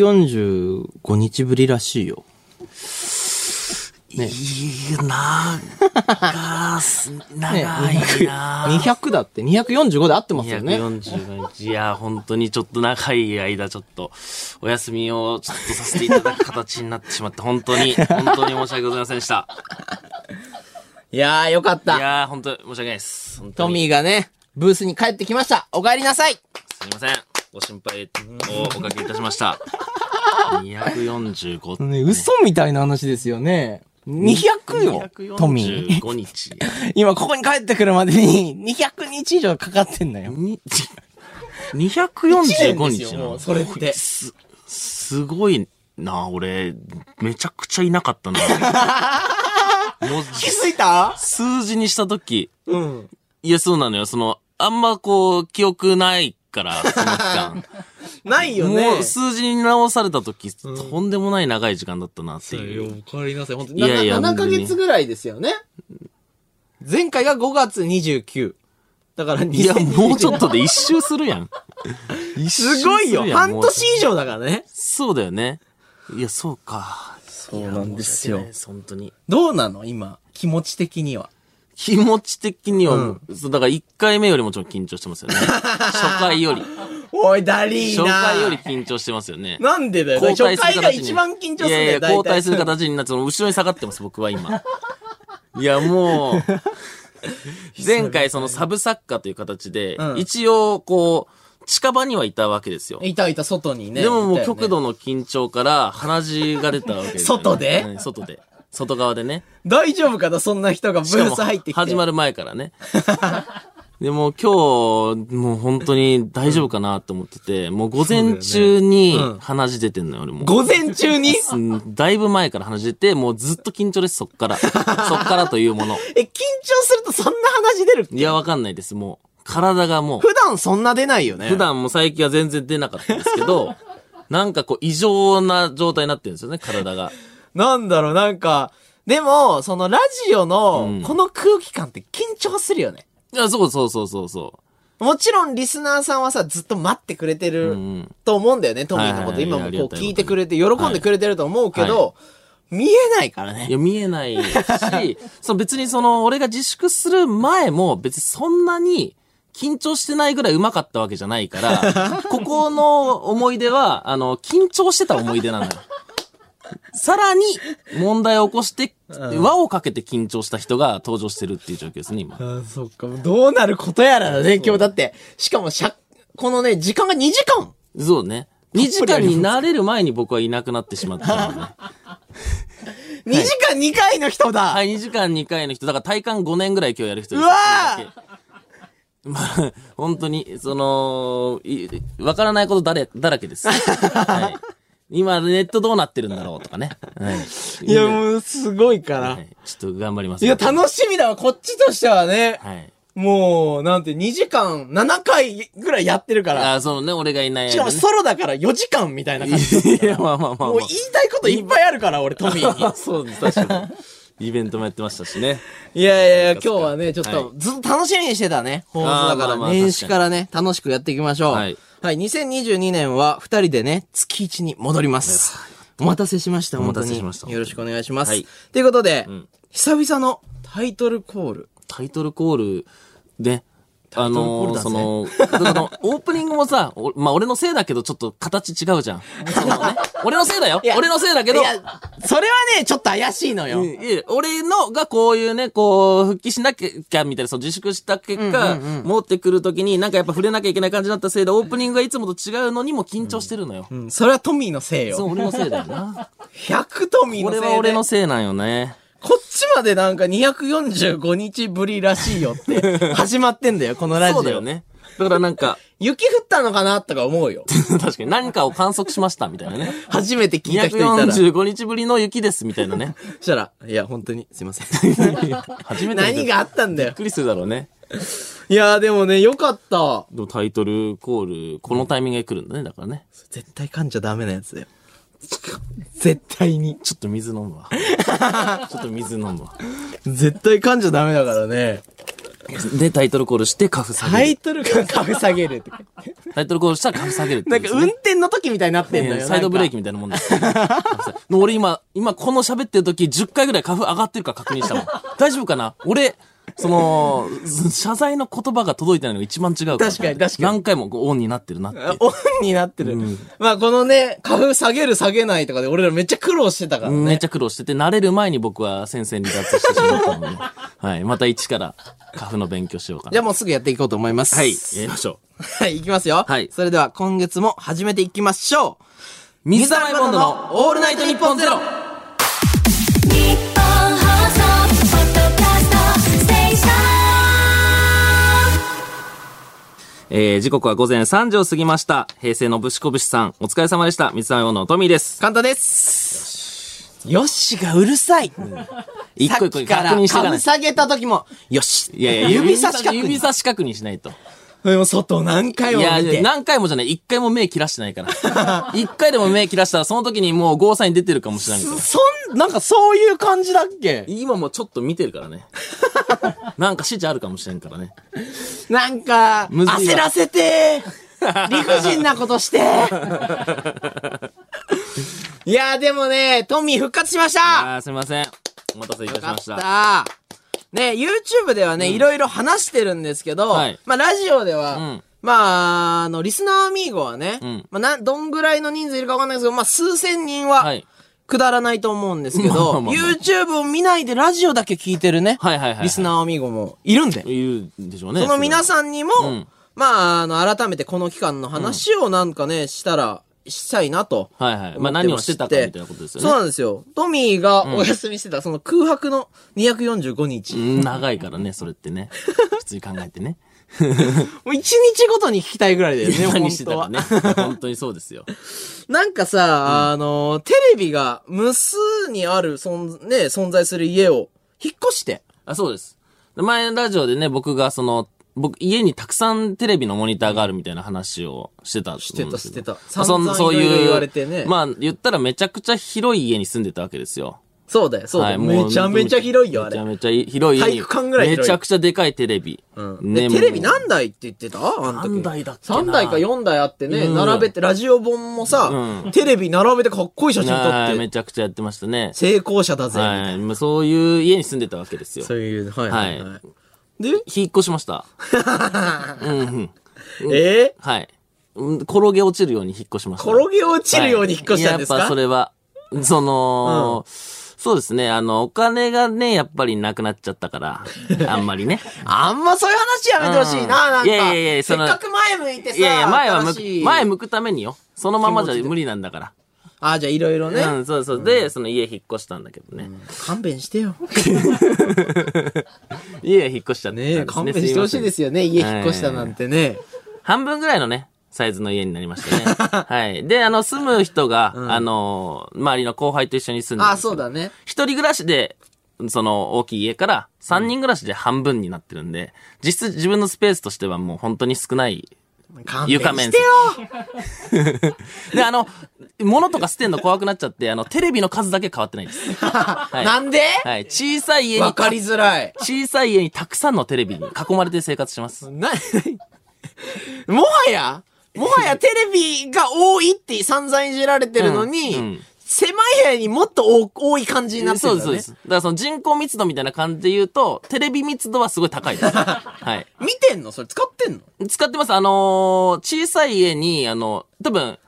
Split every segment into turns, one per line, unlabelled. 245日ぶりらしいよ。ね
いいなぁ。長いなぁ。
200だって、245で合ってますよね。
245日。いや、本当にちょっと長い間、ちょっと、お休みをちょっとさせていただく形になってしまって、本当に、本当に申し訳ございませんでした。
いやーよかっ
い
た。
やー、本当に申し訳ないです。本当
ト
に。
ミーがね、ブースに帰ってきました。お帰りなさい
すみません。ご心配をおかけいたしました。245。
ね、嘘みたいな話ですよね。200よ、トミー。
245日。
今ここに帰ってくるまでに200日以上かかってんだよ。
に
1
245
年です
日
よ
な
もう
の
それって。
す、すごいな、俺、めちゃくちゃいな かったな。もう、
気づいた
数字にしたとき、
うん。
いや、そうなのよ。その、あんまこう、記憶ないから、その期間。
ないよね。
もう、数字に直されたとき、とんでもない長い時間だったな、っていう。
お帰りなさい、本当
いやいや
7ヶ
本当に
月ぐらいですよね。前回が5月29。だから
いや、もうちょ
っ
っとで 一周するやん。
と。すごいよ
一周するやん
半
もう
年以上だからね。
そうだよね。いや、そうか。そう
なんですよ
本当に。
どうなの今、気持ち的には。
気持ち的にはもう、そうだから1回目よりもちろん緊張して ますよね。初回より。
おい、ダリー
初
な
回より緊張してますよね。
なんでだよ。
交代
初
する
回
形
が
に
一番緊張するん
いや
だ
い
よ、
や、
大
交
体
代する。形になって、その後ろに下がってます、僕は今。いや、も う、前回そのサブ作家という形で、
うん
一応、こう、近場にはいたわけですよ。
いたいた、外にね。
でもも
いうたよね
極。度の緊張から鼻血が出たわけですよね、
外で
うん外で。外側でね。
大丈夫かなそんな人がブ
しか
ー
も
ス入ってきて。
始ま
る。
る前からね。 でもう今日、もう本当に大丈夫かなと思ってて、もう午前中に鼻血出てんのよ、俺も。
午前中 に
うんだいぶ前から話してて、もうずっと緊張です、そっ から。そっからというもの。
え、緊張するとそんな話出る
いや、わかんないです、もう。体がも
普段そんな出ないよ
う、
ね。
普。段も最近は全然出なかったんですけ ど、なんかこう、異常な状態になってるんですよね、体が。
なんだろう、なんか、でも、そのラジオ
う
の
ん、
この空気感って緊張するよね。
いや、そうそうそうそうそ
もちろんリスナーさんはさ、ずっと待ってくれて
う。
る
うんうん。
と思うんだよね、トミーのこ
は
と。
いはい
今
はい
も
あり
こ
が
う
たい
聞いてくれて、喜んでくれてると思うけど、見えないからね
い。や、見えないし、その別にその、俺が自粛する前も別にそんなに緊張してないぐらいうまかったわけじゃないから、ここの思い出は、あの、緊張してた思い出なのよ。さらに、問題を起こして、輪をかけて緊張した人が登場してるっていう状況ですね、今。
あそっか。どうなることやらだね、今日だって。しかもしゃ、このね、時間が2時間
そうね。2時間に慣れる前に僕はいなくなってしまったのね。
!2 時間2回の人だ、
はい、2時間2回の人、だから体感5年ぐらい今日やる人です。
うわ
まあ、本当に、その、いわからないことだれ、だら けです。はい、今、ネットどうなってるんだろうとかね。はい、
いや、もうすごいから。、
はいい、ちょっと頑張ります。
や、楽しみだわ、こっちとしてはね。
はい。
もう、なんて、2時間7回ぐらいやってるから。
あ、そのね、俺がいない
しか
間
も
ね。
ソロだから4時間みたいな感じ。
いや、まあまあまあ、
もう言いたいこといっぱいあるから、俺、トミーに
まあ。。そうです、確かに。イベントもやってましたしね。
いやいやいや、今
そ
日
うかそうか
はね、ちょっ
は
と、ずっと楽しみにしてたね。放送だか
あーま
ら、
あまあ
年始からね、楽しくやっていきましょう。は
はいい。
2022年は、二人でね、月一に戻ります。お待たせしました、
お
本
待
当
たせ
に。
しました
よろしくお願いします。
はい
ということで、
ん
久々のタイトルコール。
タイトルコールで、あ
ルコー
の
ル
ー
だぜ
その、だからその オープニングもさ、おまあ、俺のせいだけど、ちょっと形違うじ ゃん。そのね、俺のせいだよ
いや
俺のせいだけ
い
ど、
や、それはね、ちょっと怪しいのよ。
うんいや俺のがこういうね、こう、復帰しなきゃ、みたいな、そう自粛した結果、持ってくるときに、なんかやっぱ触れなきゃいけない感じだったせいで、オープニングがいつもと違うのにも緊張してるのよ。
うんそれはトミーのせい
そ
よ。
う、俺のせいだ よな。
100トミーのせ
俺
いで。
は俺のせいなんよね。
こっちまでなんか245日ぶりらしいよ って、始まってんだよ、このラジオ。
そうだよ。ね。だからなんか、
雪降ったのかなとか思うよ。
確かに何かを観測しました、みたいなね。
初めて聞いた人いたら。そ
245日ぶりの雪です、みたいなね。
したら、いや、本当に、すいません。
初めて見た
何があったんだ
び
よ
っ。くりするだろうね。
いや、でもね、よかった。
でもタイトルコール、このタイミングで来るんだね、だからね。
絶対噛んじゃダメなやつだよ。絶対に。
ちょっ と水飲むわ。ちょっと水飲むわ。
絶対噛んじゃダメだからね。
で、タイトルコールしてカフ下
タ
げる。
イトルがかぶ下げるって。
タイトルコールしたらカフ下げるって
な
言うんで
か
すね、
運転の時みたいになってんだ
いや
よ。
サイドブレーキ
なんか。
みたいなもんですよ。もう俺今、今この喋ってる時10回ぐらい花粉上がってるか確認したも ん。大丈夫かな俺、その、謝罪の言葉が届いてないのが一番違うから。
確かに確かに
何回もこうオンになってるなっていう。
オンになってる。まあこのね、花粉下げる下げないとかで俺らめっちゃ苦労してたからね。
めっちゃ苦労してて、慣れる前に僕は先生に脱してしまっ たので、はい。また一から花粉の勉強しようか
じ
な。
ゃあもうすぐやっていこうと思います。
はい。やりましょう。
はい、いきますよ。
はい
それでは今月も始めていきましょう。
水溜りボンドのオールナイトニッポンゼロ
日本放送ポッドキャストステーション
えー、時刻は午前3時を過ぎました。平成のぶしこぶしさん、お疲れ様でした。水溜りボンドのトミーです。
簡単です。よしがうるさい。
一
さ
個
っ
一個
きか
確
ら
認していかな
株
い。
下げた時も、よし。
いやいや、
指差し確認
指差し確認しないと。
でも外何回
い
も見
や、
て。
何回もじゃない。一回も目切らしてないから。 一回でも目切らしたら、その時にもうゴーサイン出てるかもしれないから。
そん、なんかそういう感じだっけ
今もちょっと見てるか らね。なんか指示あるかもしれんからね。
なんか、
むずいわ
焦らせて理不尽なこと していや、でもね、トミー復活しました
あー、すいません。お待たせいたし
よか
ま
っ
した。
た。ね、YouTube ではね、いろいろ話してるんですけど、
はい
まあ、ラジオでは、
うん
まあ、あの、リスナーアミーゴはね、
うん
まあ、なん、どんぐらいの人数いるかわかんないですけど、まあ、数千人は、
はい
くだらないと思うんですけ
まあまあ
ど、
まあ
YouTube を見ないでラジオだけ聞いてるね、
はいはいはいはい
リスナーアミーゴもいるんで、
言うんでしょうね。
その皆
さ
さんにも、
うん
まあ、あの、改めてこの期間の話をなんかね、したら、したいなと。
はいはい
思って
まあ何をしてたか
して
みたいなことですよね
そうなんですよ。トミーがお休みしてた、その空白の245日。も
長いからね、それっ てね。普通に考えてね。
う1日ごとに聞きたいぐらいだよね、
何
本
してた
当
か
は。
ね。本当にそうですよ。
なんかさ、あの、テレビが無数にある存、ね、存在する家を引っ越して。
あ、そうです。前のラジオでね、僕がその、僕、家にたくさんテレビのモニターがあるみたいな話をしてたと思うんですけど
してたしてた
そ
散
ん
々
そう
いろい
いう、
ろ言われてね
まあ、言ったらめちゃくちゃ広い家に住んでたわけですよ。
そうだよ、そうだよ。
もう
めちゃめちゃ広いよ、あれ。
めちゃめちゃ広い家に。
体育館ぐらい広い
めちゃくちゃでかいテレビ。
うんでテレビ
もう
何台って言ってたあの時。
何台だっけな
3台か4台あってね、
うん
並べて、ラジオ本もさ、
うん
テレビ並べてかっこいい写真
はい、
撮っ
め
て、
ちゃくちゃやってましたね。
成功者だぜ、みたいな
はい。まあそういう家に住んでたわけですよ。
そういう、はいはい、は。
はい
で、
引っ越しました。
え
はい。うん転げ落ちるように引っ越しました。
ー、転げ落ちるように引っ越したんですか、
はいやっぱそれは、その、そうですね、あの、お金がね、やっぱりなくなっちゃっ たから、あんまりね。
あんまそういう話やめてほしいな、
うん
なんか。
いやいやい
せ
やそ
っ
の
かく前向いてさ、
いやいや、前は向
新
く、
しい
前向くためによ。そのままじゃ無理なんだか
あ、じゃあいろいろ
ら。
ね、
うん、そうそう。で、その家引っ越したんだけどね。
勘弁してよ。
家引っ越しちゃったんです
ね
ね。
え、勘弁してほしいです
よ。
よね、家引っ越したなんてね。
半分ぐらいのね、サイズの家になりました ね。はい。で、あの、住む人が、あの、周りの後輩と一緒に住んでるん
あ、
ですけど
そうだね。
一人暮らしで、その大きい家から三人暮らしで半分になってるんで、実質自分のスペースとしてはもう本当に少ない。
勘弁
床
し
面
て
積
よ。
で、あの、物とか捨てんの怖くなっちゃって、あの、テレビの数だけ変わってない です。はい
なんで
はい。小さい家
わ
に、
かりづらい。
小さい家にたくさんのテレビに囲まれて生活してます。
な、もはや、もは やテレビが多いって散々いじられてるのに、
うんうん
狭い部屋にもっと多多い感じになって
そう
るん
で
だ
す、
ね。
そうです。だからその人口密度みたいな感じで言うと、テレビ密度はすごい高い です。はい。
見てんのそれ使ってんの
使ってます。あのー小さい家に、あの、多分、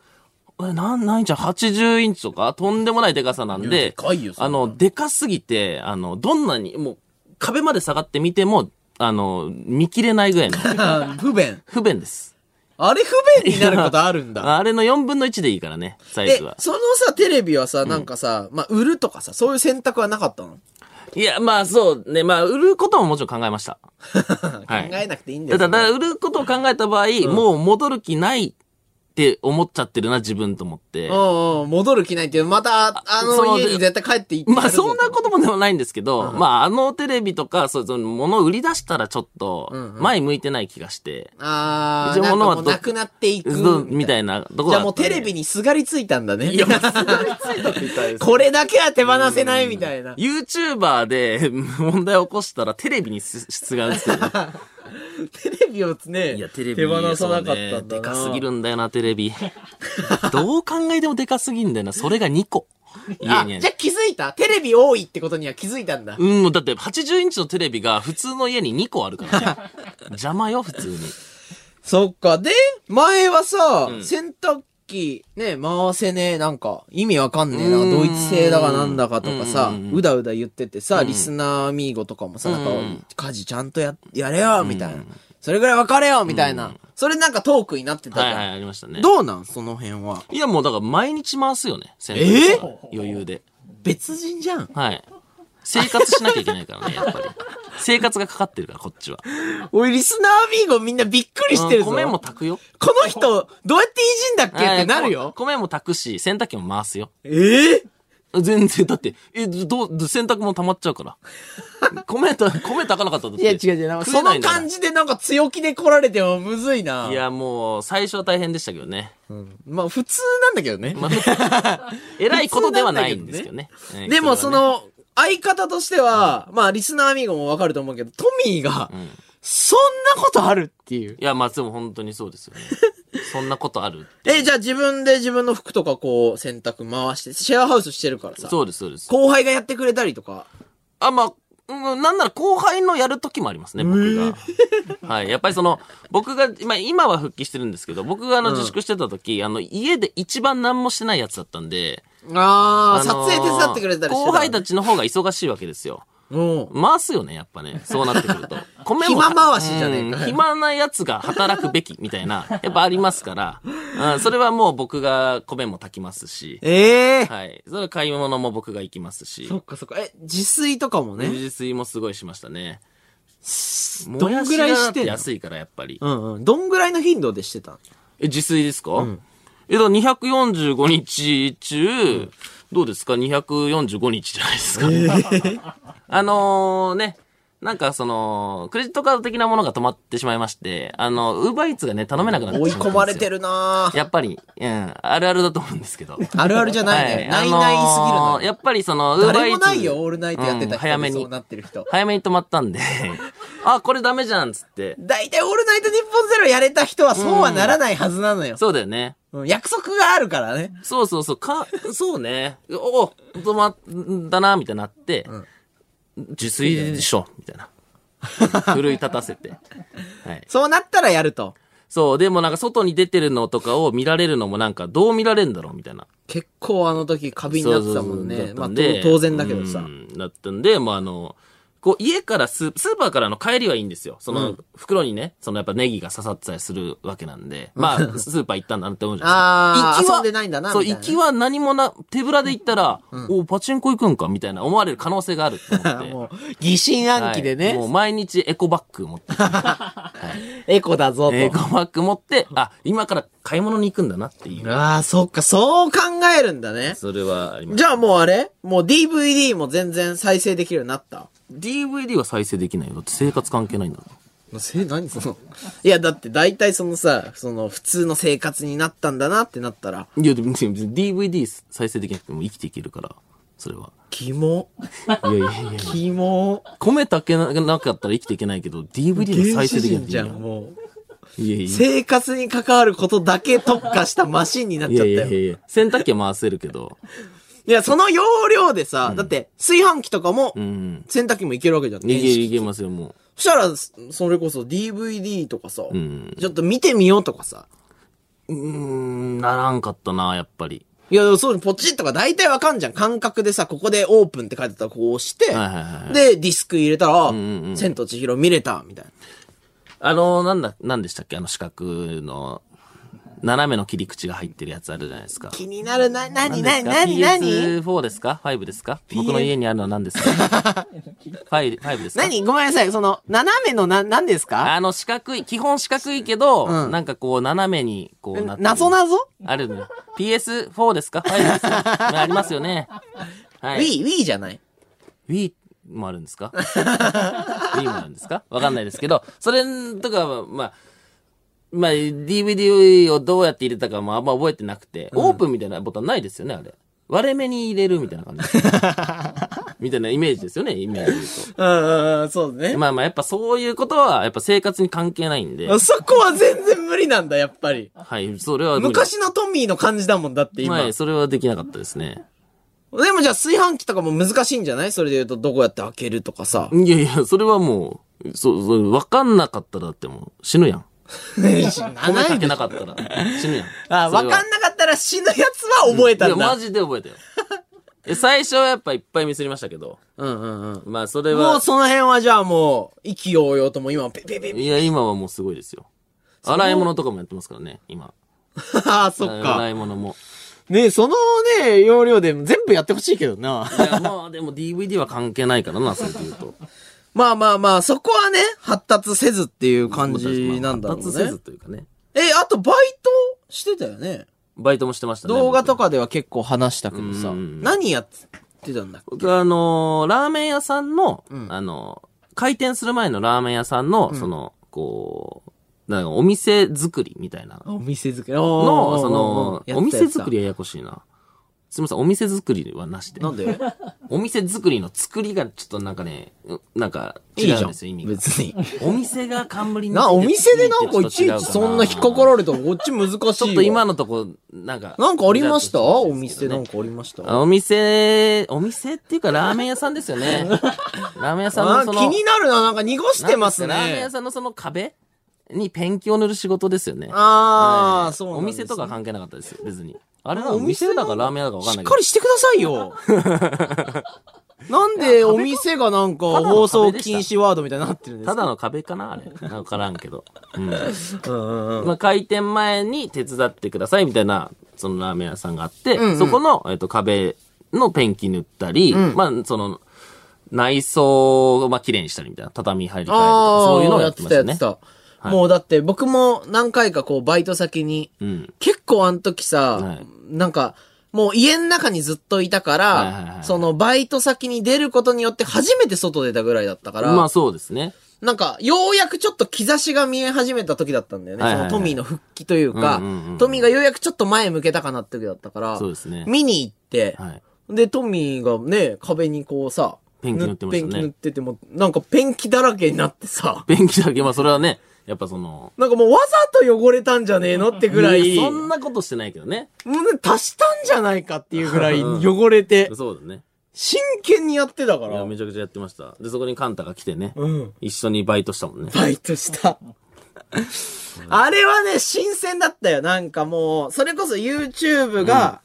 え、なん、何インチ ?80 インチとかとんでもないでかさなん
いやで
で、
かいよそん
あ
なの
の、でかすぎて、あの、どんなに、もう、壁まで下がってみても、あの、見切れないぐらい の
あ不便。
不便です。
あれ不便になることあるんだ。
あれの4分の1でいいからね、サイ
え
ズは、。
そのさ、テレビはさ、なんかさ、まあ、売るとかさ、そういう選択はなかったの、
いや、まあそうね、まあ、売ることももちろん考え ました。はい
考えなくていいんだ
た
よ。
だ、だから売ることを考えた場合、もう戻る気ないって思っちゃってるな、自分と思って。
うんうん、戻る気ないっていう、また、あ
そ
の
の
家に絶対帰っていってやるぞ
まあそんなこともでもないんですけど、
うん
まああのテレビとか、そうその物を売り出したらちょっと
うんうん
前向いてない気がして、
あ
一
ー、なんか
応物は
もう
ど
なくなっていく
どうみたいなところ
じ
だ
ゃあも
っ
う
たん
テ
で
レビにすがりついたんだね。
いや、もうすがりついたって言ったらあれですけど
これだけは手放せないみたいな。
YouTuber で 問題起こしたらテレビにすすがる んですけど。
テレビをね、
いや、テレビ
手放さなかったんだな。
そうねでかすぎるんだよな、テレビ。どう考えてもでかすぎんだよな。それが2個。家
あ、
にある
じゃあ気づいたテレビ多いってことには気づいたんだ。
うん、もうだって80インチのテレビが普通の家に2個あるから ね。邪魔よ、普通に。
そっか。で、前はさ、
うん
洗濯機、ね、回せねえ、なんか、意味わかんねえな、ドイツ製だかなんだかとかさ
うんうん、うん
うだうだ言っててさ、
ん
リスナーミーゴとかもさ、なんか
うん、
家事ちゃんとや、やれよ、みたいな。
うん。
それぐらい分かれよ、みたいうなんそれなんかトークになってたじ
は
ゃ
い
ん
はい、ありましたね。
どうなんその辺は。
いや、もうだから毎日回すよね。洗
え
濯は余裕で。
別人じゃん。
はい。生活しなきゃいけないからね、やっぱり。生活がかかってるから、こっちは。
おい、リスナーミーゴみんなびっくり してるぞ。
うん米も炊くよ。
この人、どうやっていじんだっけっ
は
て
い
なるよ。
こ米も炊くし、洗濯機も回すよ。
ええ
全然、だって、え、どう、洗濯も溜まっちゃうから。米た、米炊かなかったらだって。
いや、違う違う。なんか
食
そ
えな
の
いんだから
感じでなんか強気で来られてもむずいな。
いや、もう、最初は大変でしたけどね。
まあ普通なんだけどね。
まあ、 偉いことではないんですけどね。うん
でもそ、
れはね
の、相方としては、まあリスナーアミーゴもわかると思うけど、トミーが、
ん
そんなことあるっていう。
いや、まあ、でも本当にそう ですよね。そんなことある。
え、じゃあ自分で自分の服とかこう、洗濯回して、シェアハウスしてるからさ。
そうです、そうです。
後輩がやってくれたりとか。
あ、まあ、うん、なんなら後輩のやる時もありますね、僕が。はい。やっぱりその、僕が、今、今は復帰してるんですけど、僕があの、自粛してた時、あの、家で一番何もしてないやつだったんで、
あー、
あのー
撮影手伝ってくれたりして
後輩た
ち。
ちの方が忙しいわけですよ。
うん。
回すよね、やっぱね。そうなってく ると。米
暇回しじゃねえか
うん暇なやつが働くべき、みたいな、やっぱありますから、うん、それはもう僕が米も炊きますし、
ええー。
はい。それは買い物も僕が行きますし、
そっかそっか。え、自炊とかもね。
自炊もすごいしましたね。
どんぐらいしてんの
安いから、やっぱり。
うんうん。どんぐらいの頻度でしてたの
え、自炊ですか、え、だから245日中、どうですか ?245 日じゃないですか。 あのー、ね。なんかその、クレジットカード的なものが止まってしまいまして、あの、ウーバーイーツがね、頼めなくなってしま
追い
ったんですよ
込まれてるなぁ。
やっぱり、うん、あるあるだと思うんですけど。
あるあるじゃないね。ないないすぎる
あの
の
ー
よ。
やっぱりその、ウーバー
誰
イ
も
ーツ。
ないよ、オールナイトやってた人
うん早めに
そうなってる人。
早めに止まったんで、 あ、これダメじゃん、つって。
大体オールナイト日本ゼロやれた人はそうはならないはずなのよ。
そうだよね。
うん約束があるからね。
そうそうそう、か、そうね。お止まったな、みたいになって、自炊でしょ、みたいな。奮い立たせて。はい。
そうなったらやると。
そう、でもなんか外に出てるのとかを見られるのもなんかどう見られるんだろう、みたいな。
結構あの時過敏になってたもん
そうそう
ね
そ。う
ま
だ
あ
ったん
と
で
当然だけど
う
さ。
んだったんで、まああの、こう家からススーパーからの帰りはいいんですよ。その袋にね、そのやっぱネギが刺さってたりするわけなんで、まあスーパー行ったんだなって思うじゃな い
あー
ですか。
遊んでないんだな
そう、
みたい
行
な
きは何もな、手ぶらで行ったら、おパチンコ行くんかみたいな思われる可能性があると思っ て。
もう、疑心暗鬼で
はい
ね
も、う毎日エコバッグ持って、
エコだぞ
エ
と
コ。バッグ持って、あ、今から買い物に行くんだなっていう。
ああ、そっか、そう考えるんだね。
それはあります。
じゃあもうあれもう DVD も全然再生できるようになった
DVD は再生できないよ。だって生活関係ないんだもん。
せ、何その。いや、だって大体そのさ、その普通の生活になったんだなってなったら、
いや、でも別に DVD 再生できなくても生きていけるから、それは。
キモ。
いやいやいや。
キモ。
米炊けなかったら生きていけないけど、DVD で
原
再生
始
できな
人
く
じ
て
ゃ
も
ん、もう。
いやいや。
生活に関わることだけ特化したマシンになっちゃっ
い
た
や
よ。い
い
や
やいやいや。洗濯機は回せるけど。
その容量でさ、だって炊飯器とかも
う、ん。
洗濯機もいけるわけじゃん。
いけ
電子
いけますよ、も
そしたら、そそれこそ DVD とかさ、
ん
ちょっと見てみようとかさ。
う。うーん、ならんかったな、やっぱり。
いや、そう、ポチッとか大体わかんじゃん。感覚でさ、ここでオープンって書いてたらこう押して、
はいはいはい
で、ディスク入れたら、
んうん
千と千尋見れた、みたいな。
あの、なんだ、なんでしたっけあの四角の、斜めの切り口が入ってるやつあるじゃないですか。
気になるな、なになになになに
PS4 ですか ?5 ですか僕の家にあるのは何 ですか ?5、5ですか
なにごめんなさい。その、斜めのな、何ですか
あの、四角い、基本四角いけど、
うん
なんかこう、斜めに、こうなってる
謎なぞ
あるのよ。PS4 ですか ?5 ですかまあありますよね。はい。
?Wii、Wii じゃない
Wii もあるんですか ?Wii もあるんですかわかんないですけど、それとかは、まあ、まあ、DVD をどうやって入れたかもあんま覚えてなくて、オープンみたいなボタンないですよね、あれ。割れ目に入れるみたい な感じ。みたいなイメージですよね、イメージで言うと。
うんうん、そうね。
まあまあ、やっぱそういうことは、やっぱ生活に関係ないんで。
そこは全然無理なんだ、やっぱり。
はい、それは無理
昔のトミーの感じだもんだって、今。
はい、それはできなかったですね。
でもじゃあ炊飯器とかも難しいんじゃないそれで言うと、どこやって開けるとかさ。
いやいや、それはもう、そう、そう、わかんなかったらだってもう死ぬやん。米
な
炊
い
けなかったら死ぬやん。
あ、わかんなかったら死ぬやつは覚え
それ
た
は
ん
いや、
だ
マ。ジで覚えた よ。え最初はやっぱいっぱいミスりましたけど。
うんうんうん。
まあ、それ
もう
は、
その辺はじゃあもう、意気揚々ともう今、ペペペペ。
いや、今はもうすごいですよ。洗い物とかもやってますからね、今。
ああ、そっ
洗
か。
い物も。
ねそのね、要領で全部やってほしいけどな。
いや、まあ、でも DVD は関係ないからな、それで言うと。
まあまあまあ、そこはね、発達せずっていう感じなんだろ
ま
う
あ発達せ
ね
ず。というかね。
え、あとバイトしてたよね。
バイトもしてましたね。
動画と
か。
かでは結構話したけどさ、
うん
何やってたんだっけ
僕はあのーラーメン屋さんの、
うん
あのー開店する前のラーメン屋さんの、その、こう、なんかお店作りみたいな
お店作り
の、その、お店作り
や
はややこしいな。すみません、お店作りはなしで。
なんで
お店作りの作りがちょっとなんかね、うなんか
い
違
い
うん
じゃん
ですよ、意味。が。
別に。
お店が冠につい て
な、お店でなんかい
つて
ち
る
い
と
ち
違う
そんな引っかかられたらこっち難しいよ。
ちょっと今のとこ、なんか。
なんかありましたお店
の
なんかありました
あお店、お店っていうかラーメン屋さんです よね。ラーメン屋さんの
あ
そ
ー
の。
気になるな、なんか濁してます
なんですかラーメン
ね
屋。さんのその壁にペンキを塗る仕事ですよね。
あ
は
あ、
い
そうなん
お
ですね
店とか関係なかったですよ、別に。あれ
あ
は
お
お
店な
店
んだ
だかラーメン屋だかわかん
し
な
っ
いけ
か
ど。
りしてください よ。なんでお店がなんか
ただの
放送禁止ワードみたいになってるんです
た
か
だの壁かなあれ。なんかわからんけど。うん。
うんうんうん
まあ、開店前に手伝ってくださいみたいな、そのラーメン屋さんがあって、
んうん
そこの、えっと、壁のペンキ塗ったり、
ん
まあ、その、内装を、まあ、綺麗にしたりみたいな、畳入り替えると
あ
か、
あ、
そういうのをやってましたね。
やってたもうだって僕も何回かこうバイト先に、
うん。
結構あの時さ、
はい
なんか、もう家の中にずっといたから、
はいはいはい
そのバイト先に出ることによって初めて外出たぐらいだったから、
まあ、そうですね。
なんか、ようやくちょっと兆しが見え始めた時だったんだよね。
はいはいはい
そのトミーの復帰というか、
うんうんうん
トミーがようやくちょっと前向けたかなって時だったから、
そうですね。
見に行って、
はい。
で、トミーがね、壁にこうさ、
ペンキ塗ってましたね
ペンキ塗ってても、なんかペンキだらけになってさ、
便器だけ、まあ、それはね、やっぱその、
なんかもうわざと汚れたんじゃねえのってぐらい、
やそんなことしてないけどね。
もうね足したんじゃないかっていうぐらい汚れて、
そうだね。
真剣にやってたか
いや、
ら、
めちゃくちゃやってました。で、そこにカンタが来てね、
うん。
一緒にバイトしたもんね。
バイトした。あれはね、新鮮だったよ。なんかもう、それこそ YouTube が、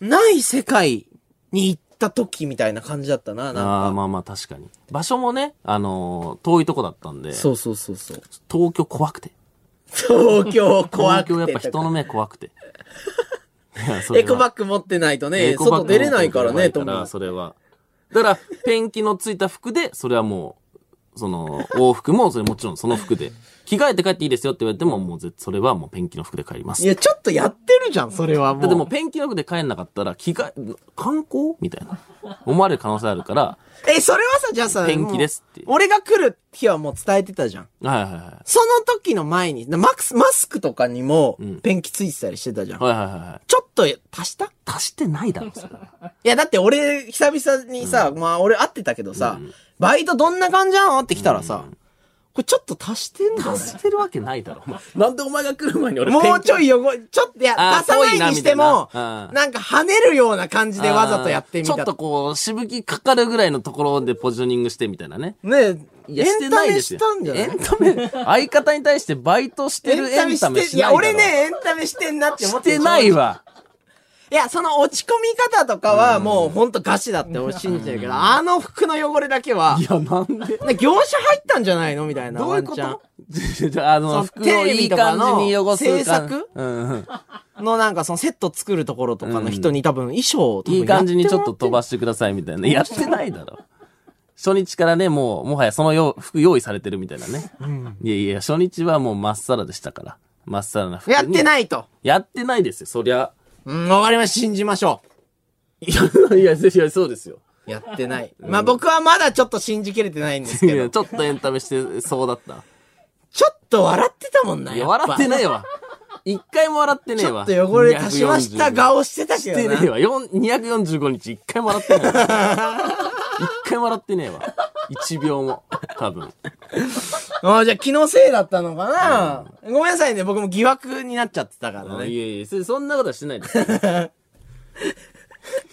ない世界に行った時みたいな感じだったな、なん
ああー、
か。
まあまあ確かに。場所もね、あのー遠いとこだったんで、
そうそうそうそう。
東京怖くて。
東京怖くて。
東京やっぱ人の目怖 くて。いやそれ
エ
は
コバッグ持ってないとね、
エコバッ
外
グ
出れないからね、
持って
と
ないから
も。
それは。だから、ペンキのついた服で、それはもう、その、往復も、それもちろんその服で。着替えて帰っていいですよって言われても、もうぜ、それはもうペンキの服で帰りま
い
す。
や、ちょっとやってるじゃん、それはもう。
でも、ペンキの服で帰んなかったら、着替え、観光みたいな。思われる可能性あるから、
え、それはさ、じゃあさ、
ペンキですって
もう俺が来る日はもう伝えてたじゃん。
はいはいは
その時の前に、マックス、マスクとかにも
ん、
ペンキついてたりしてたじゃん。
い。はいはいはいはい。
ちょっと足したい
足してないだろ、それは。
や、だって俺、久々にさ、まあ俺会ってたけどさ、バイトどんな感じなのって来たらさ、これちょっと足してんだよ
足してるわけないだろ、お前。
なんでお前が来る前に俺も
ペンキ
うちょい汚れ、ちょっと、いや、
あー
足さないにしても、
ぽいなみたいなうん
なんか跳ねるような感じでわざとやってみた。
あーちょっとこう、しぶきかかるぐらいのところでポジショニングしてみたいなね。
ねえ、
いや、
エ
し
ン
て
タ
ない
メ
です
し
よ。
たんじゃない
エンタメ、相方に対してバイトしてるエンタメしない
い
だ
や、
ろ
俺ね、エンタメしてんなって思っ。
しててない。わ。
いや、その落ち込み方とかはもうほんとガチだって俺信じてるけど、あの服の汚れだけは、
や、なんで
な業者入ったんじゃないのみたいな。
どういうこと
ワン
あ
そ
の、
う
服をいい感じに汚す
テレビとかの
感
制作
うんうん。
チャンのなんかそのセット作るところとかの人に多分衣装を多分
いい感じにちょっと
やて
飛ばしてくださいみたいな。やってないだろ。初日からね、もう、もはやそのよう服用意されてるみたいなね。いやいや、初日はもうまっさらでしたから。まっさらな服
もらってやって
い
ないと。
やってないですよ、そりゃ。
うん、わかりました。信じましょ
いや、いや、いやそうですよ。
う。やってない。まあ僕はまだちょっと信じきれてないんです
い
けど
や、、ちょっとエンタメしてそうだった。
ちょっと笑ってたもんな。
い
や
や、
っぱ
笑ってねえわ。一回も笑ってねえ
ちょ
わ。
っと汚れ足しました顔してたけ
笑って
ど
ねえ
な。
わ。よん245日一回も笑ってねえわ。 一回も笑ってねえわ。一秒も。多分。
あーじゃあ気のせいだったのかな、ごめんなさいね。僕も疑惑になっちゃってたからね。
いやいや、そそんなことはしてないですよ。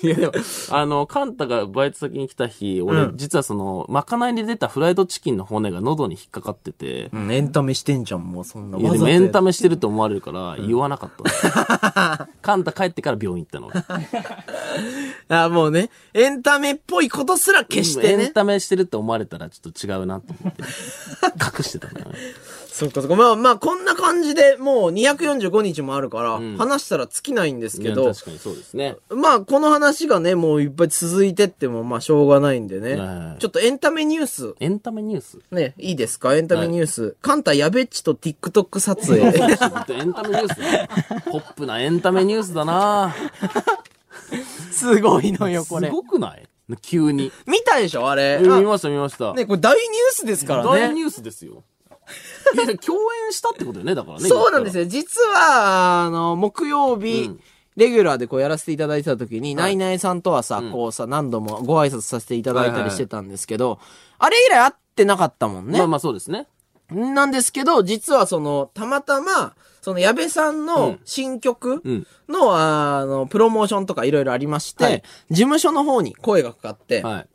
いやでも、あの、カンタがバイト先に来た日、俺、
うん
実はその、まかないで出たフライドチキンの骨が喉に引っかかってて、
うん、エンタメしてんじゃん、もうそんない
やでもエンタメしてると思われるから、言わなかった の、カンタ帰ってから病院行ったの。
あ、もうね、エンタメっぽいことすら消して
エ
ね
ン。タメしてるって思われたらちょっと違うなと 思って、隠してたんだよね。
そうかそうか。まあまあ、こんな感じでもう245日もあるから、話したら尽きないんですけ
い
ど
や、確かにそうですね。
まあ、この話がね、もういっぱい続いてっても、まあ、しょうがないんでね。
はい
ちょっとエンタメニュース、
エンタメニュース
ね、いいですかエンタメニュース。カンタやべっちと TikTok 撮影。
エンタメニュースだなポップなエンタメニュースだな
すごいのよ、
すごくない急に。
見たでしょあれ。
え見ました見ました。
あね、これ大ニュースですからね。
大ニュースですよ。いや、共演したってことよね、だから ね。
そうなんです
よ。
よ。実は、あの、木曜日、
うん
レギュラーでこうやらせていただいてた時に、
はい
ナイナイさんとはさ、こうさ、何度もご挨拶させていただいたりしてたんですけど、あれ以来会ってなかったもんね。
まあまあそうですね。
なんですけど、実はその、たまたま、その矢部さん
う
の
ん
新曲
うん
の、あの、プロモーションとかいろいろありまして、
はい
事務所の方に声がかかって、
は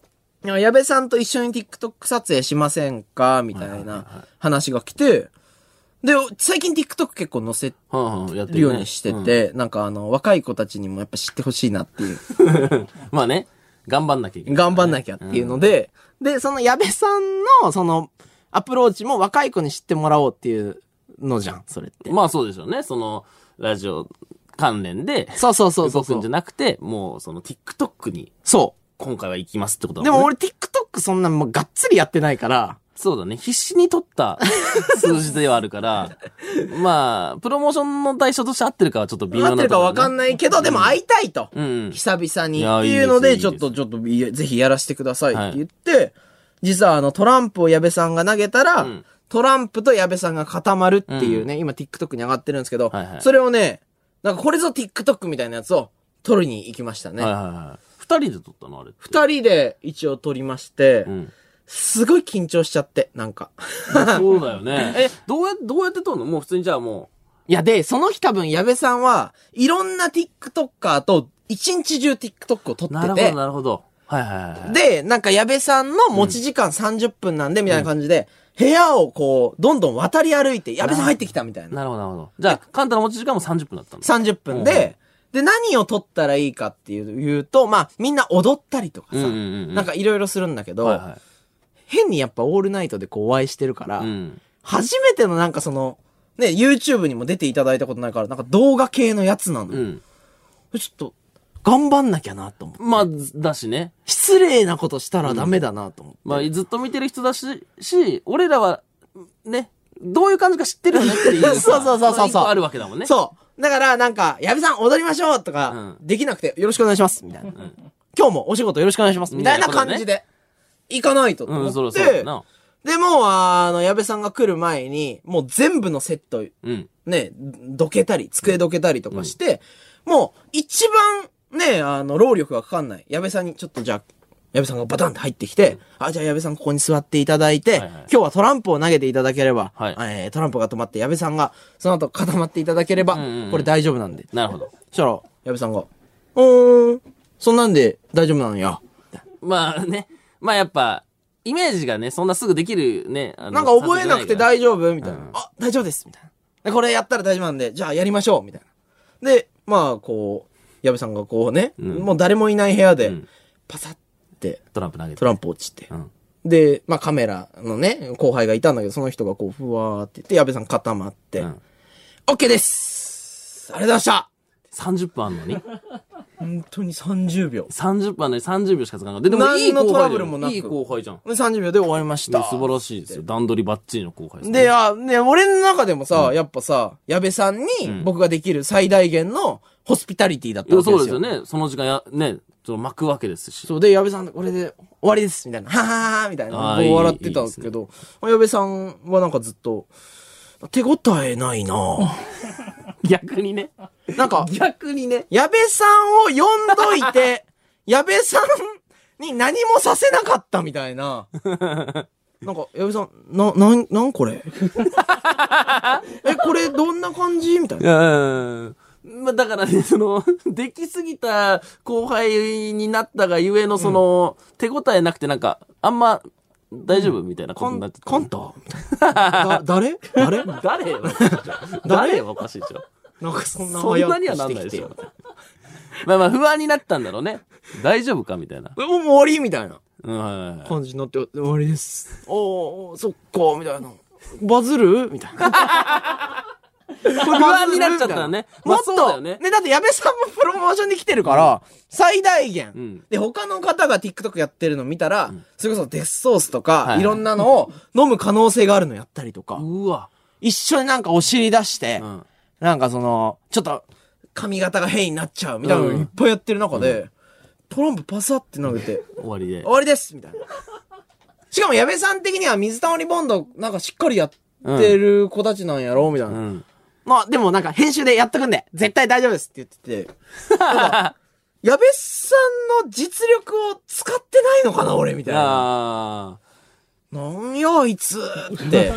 い。
矢部さんと一緒に TikTok 撮影しませんかみたいな話が来て、で、最近 TikTok 結構載せ
はあはあ、やって
る
ね
ようにして。て、なんかあの、若い子たちにもやっぱ知ってほしいなっていう、
うんまあね、頑張んなきゃいけない。
頑張んなきゃっていうので、で、その矢部さんの、その、アプローチも若い子に知ってもらおうっていうのじゃん、それって。
まあそうでしょうね、その、ラジオ関連で、
そうそうそうそ
動
う
く
そ
んじゃ
う。
なくて、もうその TikTok に
そ
今回は行きますってこと
う。
だ
で
もん
も
ね。
俺 TikTok そんなもうがっつりやってないから、
そうだね。必死に 取った数字ではあるから、まあ、プロモーションの対象として合ってるかはちょっと微妙
合
な
っ
と
て
こ
る
ろ
かわか
い。
んないけど、でも会いたいと。
うん。
久々に
いや
っていうので、
いいです
ちょっ
い
と、
いです
ちょっと、いやぜひやらせてくださいって言って、実はあの、トランプを矢部さんが投げたら、
うん
トランプと矢部さんが固まるっていうね、今 TikTok に上がってるんですけど、
はいはい
それをね、なんかこれぞ TikTok みたいなやつを撮りに行きました
はい
ね。
はいはい。二人で撮ったのあれって。
二、人で一応撮りまして、
うん。
すごい緊張しちゃって、なんか。
そうだ よね。え、どうや、どうやって撮るのもう普通にじゃあも
いや、で、その日多分矢部さんはいろんな TikToker と一日中 TikTok を撮っ
う。なる
て
ほ
て
ど、、なるほど。はいはいはい。
で、なんか矢部さんの持ち時間30分なんで、みたいな感じで、部屋をこう、どんどん渡り歩いて、矢部さん入ってきたみたいな。
なるほど、なるほど。じゃあ、カンタの持ち時間も30分だったの
30分で、で、何を撮ったらいいかっていう、言うと、まあ、みんな踊ったりとかさ、
うんうんうんうん
なんかいろいろするんだけど、
はいは
変にやっぱオールナイトでこうお会いしてるから、
い。うん。
初めてのなんかその、ね、YouTube にも出ていただいたことないから、なんか動画系のやつなの。
うん。
ちょっと、頑張んなきゃなと思って。
まあ、だしね。
失礼なことしたらダメだなと思って。
まあ、ずっと見てる人だし、し、俺らは、ね、どういう感じか知ってるよねっていうさ。
そうそうそうそうそう
一個あるわけだもんね。
そう。だから、なんか、矢部さん踊りましょうとか、
う
できなくて、よろしくお願いします、みたいな。今日もお仕事よろしくお願いします、みたいな
みたいなこと
感
ね
じで、行かないとと
う
思
ん、そろ
っ
そろ
て、
だな。
で、もう、あの、矢部さんが来る前に、もう全部のセット、
うん。
ね、どけたり、机どけたりとかして、もう、一番、ね、あの、労力がかかんない。矢部さんに、ちょっとじゃあ、矢部さんがバタンって入ってきて、あ、じゃあ矢部さんここに座っていただいて、
はいはい
今日はトランプを投げていただければ、
はい
えートランプが止まって矢部さんが、その後固まっていただければ、
んうんうん
これ大丈夫なんで。
なるほど。
そしたら、矢部さんが、うーん、そんなんで大丈夫なのよ。
まあね。まあやっぱ、イメージがね、そんなすぐできるね。あの
なんか覚えなくて大丈夫みたいな。
うん
あ、大丈夫ですみたいな。でこれやったら大丈夫なんで、じゃあやりましょうみたいな。で、まあ、こう、矢部さんがこうね、
ん
もう誰もいない部屋で
ん、
パサって
トランプ投げて。
トランプ落ちて。
うん。
で、まあカメラのね、後輩がいたんだけど、その人がこう、ふわーって言って、矢部さん固まって、
う
オ
ん
ッ OK ですありがとうございました
30分あんのに
本当に30秒。
?30 分あんのに30秒しか使わない。で、でもいい
何の
後
トラ
輩
ブ
じ
ルも
ゃ。
なんく
いい後輩じゃん。
30秒で終わりまし
で
た。
素晴らしいですよ。段取りバッチリの後輩ですね。
で、あ、ね、俺の中でもさ、やっぱさ、矢部さんに僕ができる最大限のホスピタリティだっ
い
た
や、
わけ
そ
で
うですす
よ。
よね。その時間や、ね、ちょっと巻くわけですし。
そうで、矢部さん、これで終わりですみたいな、ははははみたいな、
あー
こう
いい
笑ってたんですけど、矢部さんはなんかずっと、手応えないなぁ
逆にね。
なんか、
逆にね。
矢部さんを呼んどいて、 矢部さんに何もさせなかったみたい な。なんか、矢部さん、な、なん、なんこれ え、これどんな感じみたいな。
うん。まあ、だからね、その、 できすぎた後輩になったがゆえの、その、手応えなくてなんか、あんま、大丈夫みたいなこ
コ
とになっ
ン
て、
コントみたいな。だ誰誰なんか
誰よおかしいじゃん誰よおかしいじゃん。
そ んな
そんなにはなんないでしょ。 まあまあ、不安になったんだろうね。大丈夫かみたいな。
えもう終わりみたいな
うんはいはいはい。
感じになって、終わりです。おーおー、そっか、みたいな。バズるみたい な。
不安になっちゃったらね。
も
ま
っと、
あそうだよ
ね
ね。
だって矢部さんもプロモーションに来てるから、最大限、
ん
で、他の方が TikTok やってるの見たら、それこそデスソースとか、
はい
い、ろんなのを飲む可能性があるのやったりとか、
うわ。
一緒になんかお尻出して、
うん。
なんかその、ちょっと、髪型が変になっちゃうみたいなの
うん
いっぱいやってる中で、トランプパサって投げて、
終わりで
終。わりですみたいな。しかも矢部さん的には水溜りボンドなんかしっかりやってる子たちなんやろみたいな。
うん。
まあでもなんか編集でやっとくんで、絶対大丈夫ですって言ってて。矢部さんの実力を使ってないのかな俺みたいな。
ああ。
なんやあいつって。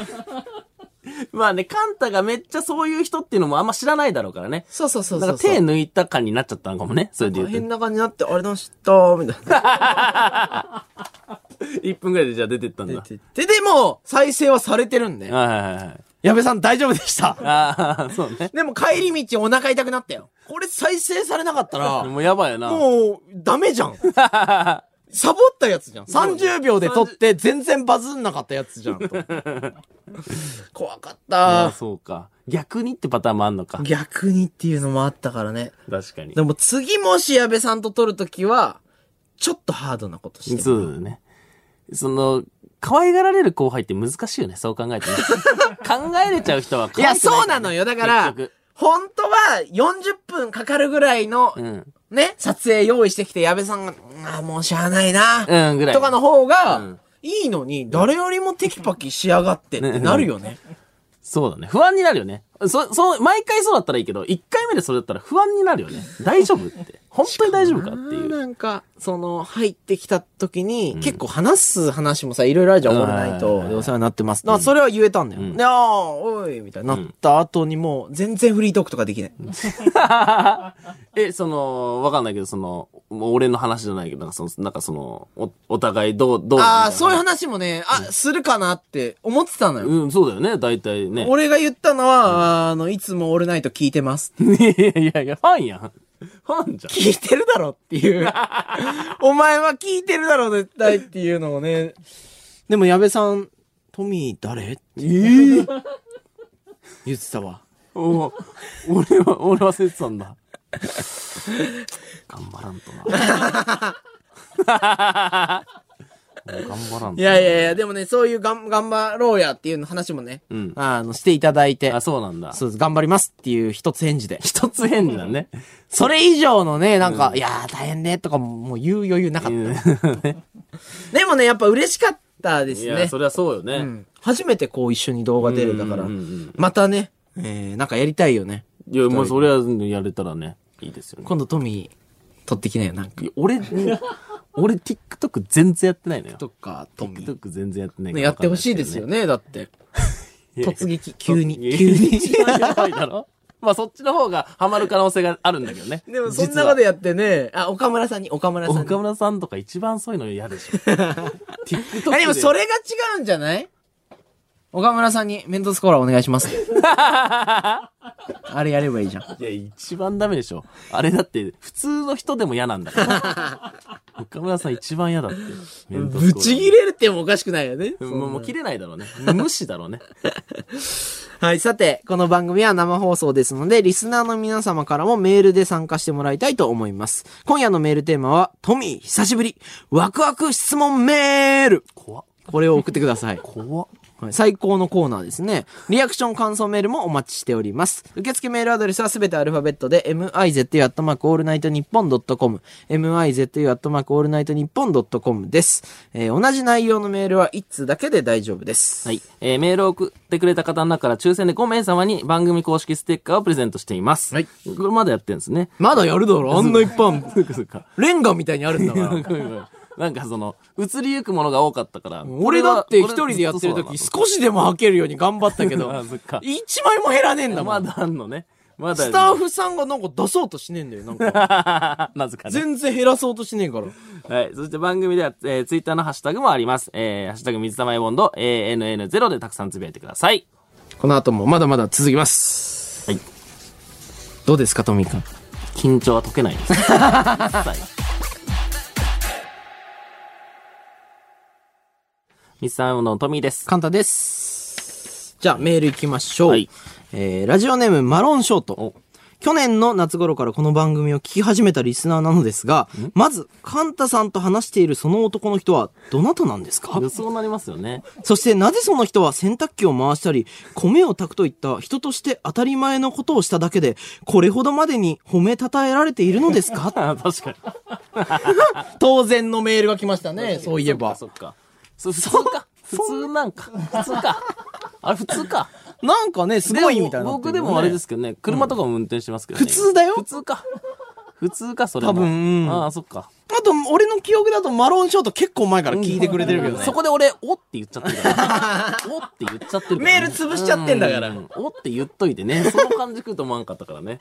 まあね、カンタがめっちゃそういう人っていうのもあんま知らないだろうからね。
そうそうそう
なん
そ
か
うそう。
手抜いた感になっちゃったのかもね。それで言
変
う
な感じになって、あれのしたみたいな。
と。1分ぐらいでじゃあ出てったんだ。はい
で、ででも、再生はされてるんで。
はいはいはい。
矢部さん大丈夫でした。
ああ、そうね。
でも帰り道お腹痛くなったよ。これ再生されなかった ら、
もうやばいよな。
もう、ダメじ ゃん。サボったやつじゃん。30秒で撮って全然バズんなかったやつじゃん。と 怖かっ
ああ、
た。
そうか。逆にってパターンもあんのか。
逆にっていうのもあったからね。
確かに
で。も次もし矢部さんと撮るときは、ちょっとハードなことして
そ
る。
うだよね。その、可愛がられる後輩って難しいよね、そう考 えてね。考えれちゃう人はい可
や、
愛くない
そうなのよ。だから
結局、
本当は40分かかるぐらいの、
うん。
ね、撮影用意してきて矢部さんが、うんああ、もうしゃあないな。
うん、ぐらい。
とかの方が、
うん
いいのに、誰よりもテキパキしやがってってなるよ ね。
そうだね。不安になるよね。そ、そう、毎回そうだったらいいけど、1回目でそれだったら不安になるよね。大丈夫って。本当に大丈夫かっていう。
なんか、その、入ってきた時に、結構話す話もさ、いろいろあるじゃん。
うん
俺ないと、でお世話になってます。だ
ん
からそれは言えたんだよ。
ん
で、ああ、おい、みたいになった後にもう、全然フリートークとかできない。
え、その、わかんないけど、その、もう俺の話じゃないけど、なんかその、なんかその、お、お互いどう、どう
ああ、
みた
そういう話もね、あ、するかなって思ってたのよ。
うん、そうだよね、大体ね。
俺が言ったのは、あの、いつも俺ないと聞いてます。
いやいやいや、ファンやん。ファンじゃん。
聞いてるだろって いう。お前は聞いてるだろ、絶対っていうのをね。でも、矢部さん、トミー誰
ええ
言ってたわ。
お俺は、俺忘れてたんだ。頑張らんとな。もう頑張らんと
いやいやいや、でもね、そういうがん、頑張ろうやっていうの話もね、
ん
あの、していただいて
あ、、そうなんだ。
そうです、頑張りますっていう一つ返事で。
一つ返事だね。
それ以上のね、なんか、いやー大変ね、とかも、もう言う余裕なかっ
うん
た。でもね、やっぱ嬉しかったです
いや、
ね
そ。りゃそうよね。
うん初めてこう一緒に動画出れたから
うんうんうん、
またね、えー、なんかやりたいよね。
いや、まあ、それはやれたらね、いいですよね。
今度トミー、撮ってきなよ、なんか。
いや俺、俺 TikTok 全然やってないのよ。
とか、トミー。
TikTok 全然やってないか
ね
ら
やってほしいですよ
ね。
ね、だって。突撃、急 に
い、や
急に。
一番 やばいだろまあそっちの方がハマる可能性があるんだけどね。
でも、そん
実
な
は
ことやってね、あ、岡村さんに、岡村さんに
岡。村さんとか一番そういうの嫌でしょ。TikTok
あ、でもそ
れ
れが違うんじゃない岡村さんにメントスコーラお願いし ます。あれやればいいじゃん。
いや、一番ダメでしょ。あれだって、普通の人でも嫌なんだから。 岡村さん一番嫌だって。
ぶち切
れ
れるってもおかしくないよね。
もう、もう切れないだろうね。無視だろうね。
はい。さて、この番組は生放送ですので、リスナーの皆様からもメールで参加してもらいたいと思います。今夜のメールテーマは、トミー、久しぶり、ワクワク質問メール
怖っ。
これを送ってください。
怖
は
っ。
い最高のコーナーですね。リアクション感想メールもお待ちしております。受付メールアドレスはすべてアルファベットで、mizu.allnightnippon.com、mizu.allnightnippon.com です。えー同じ内容のメールは1通だけで大丈夫です。
はい。えーメールを送ってくれた方の中から抽選で5名様に番組公式ステッカーをプレゼントしています。
はい
これまだやってるんですね。
まだやるだろあんな一般、
そっかそっか。
レンガみたいにあるんだから。
なんかその、移りゆくものが多かったから。
俺だって一人でやってる
俺
時
ずと
少しでも吐けるように頑張ったけど
あそっか
一枚も減らねえんだ
そうだな
も
ま
ん
だあんのね。まだ。
スタッフさんがなんか出そうとしねえんだよなんか
なぜかね。
全然減らそうとしねえから
はい。そして番組では、えー、ツイッターのハッシュタグもあります。えー、ハッシュタグ水溜りボンド、ANN0 でたくさんつぶやいてください。
この後もまだまだ続きます
はい
どうですかトミカ
緊張は解けないです。一切水溜りボンドのトミーです。
カンタですじゃあメールいきましょう、
はい
えーラジオネームマロンショート去年の夏頃からこの番組を聞き始めたリスナーなのですが、まず、カンタさんと話しているその男の人は、どなたなんですか
予想になりますよね。
そしてなぜその人は洗濯機を回したり、米を炊くといった人として当たり前のことをしただけで、これほどまでに褒めたたえられているのですか
あ確かに。
当然のメールが来ましたね、そういえば。
そっか。そっかそ普通か。普通なんか。普通か。あれ普通か。
なんかね、すごいみたいな、。
でも僕でもあれですすけどね、車とかも運転してますけどね。
普通だよ
普通か。普通か、それも。
多分うん
ああ、そっか。
あと、俺の記憶だとマロンショート結構前から聞いてくれてるけどね。
そこで俺、おって言っちゃってる から。おって言っちゃってるからね、
メール潰しちゃってんだから
うおって言っといてね。その感じくると思わんかったからね。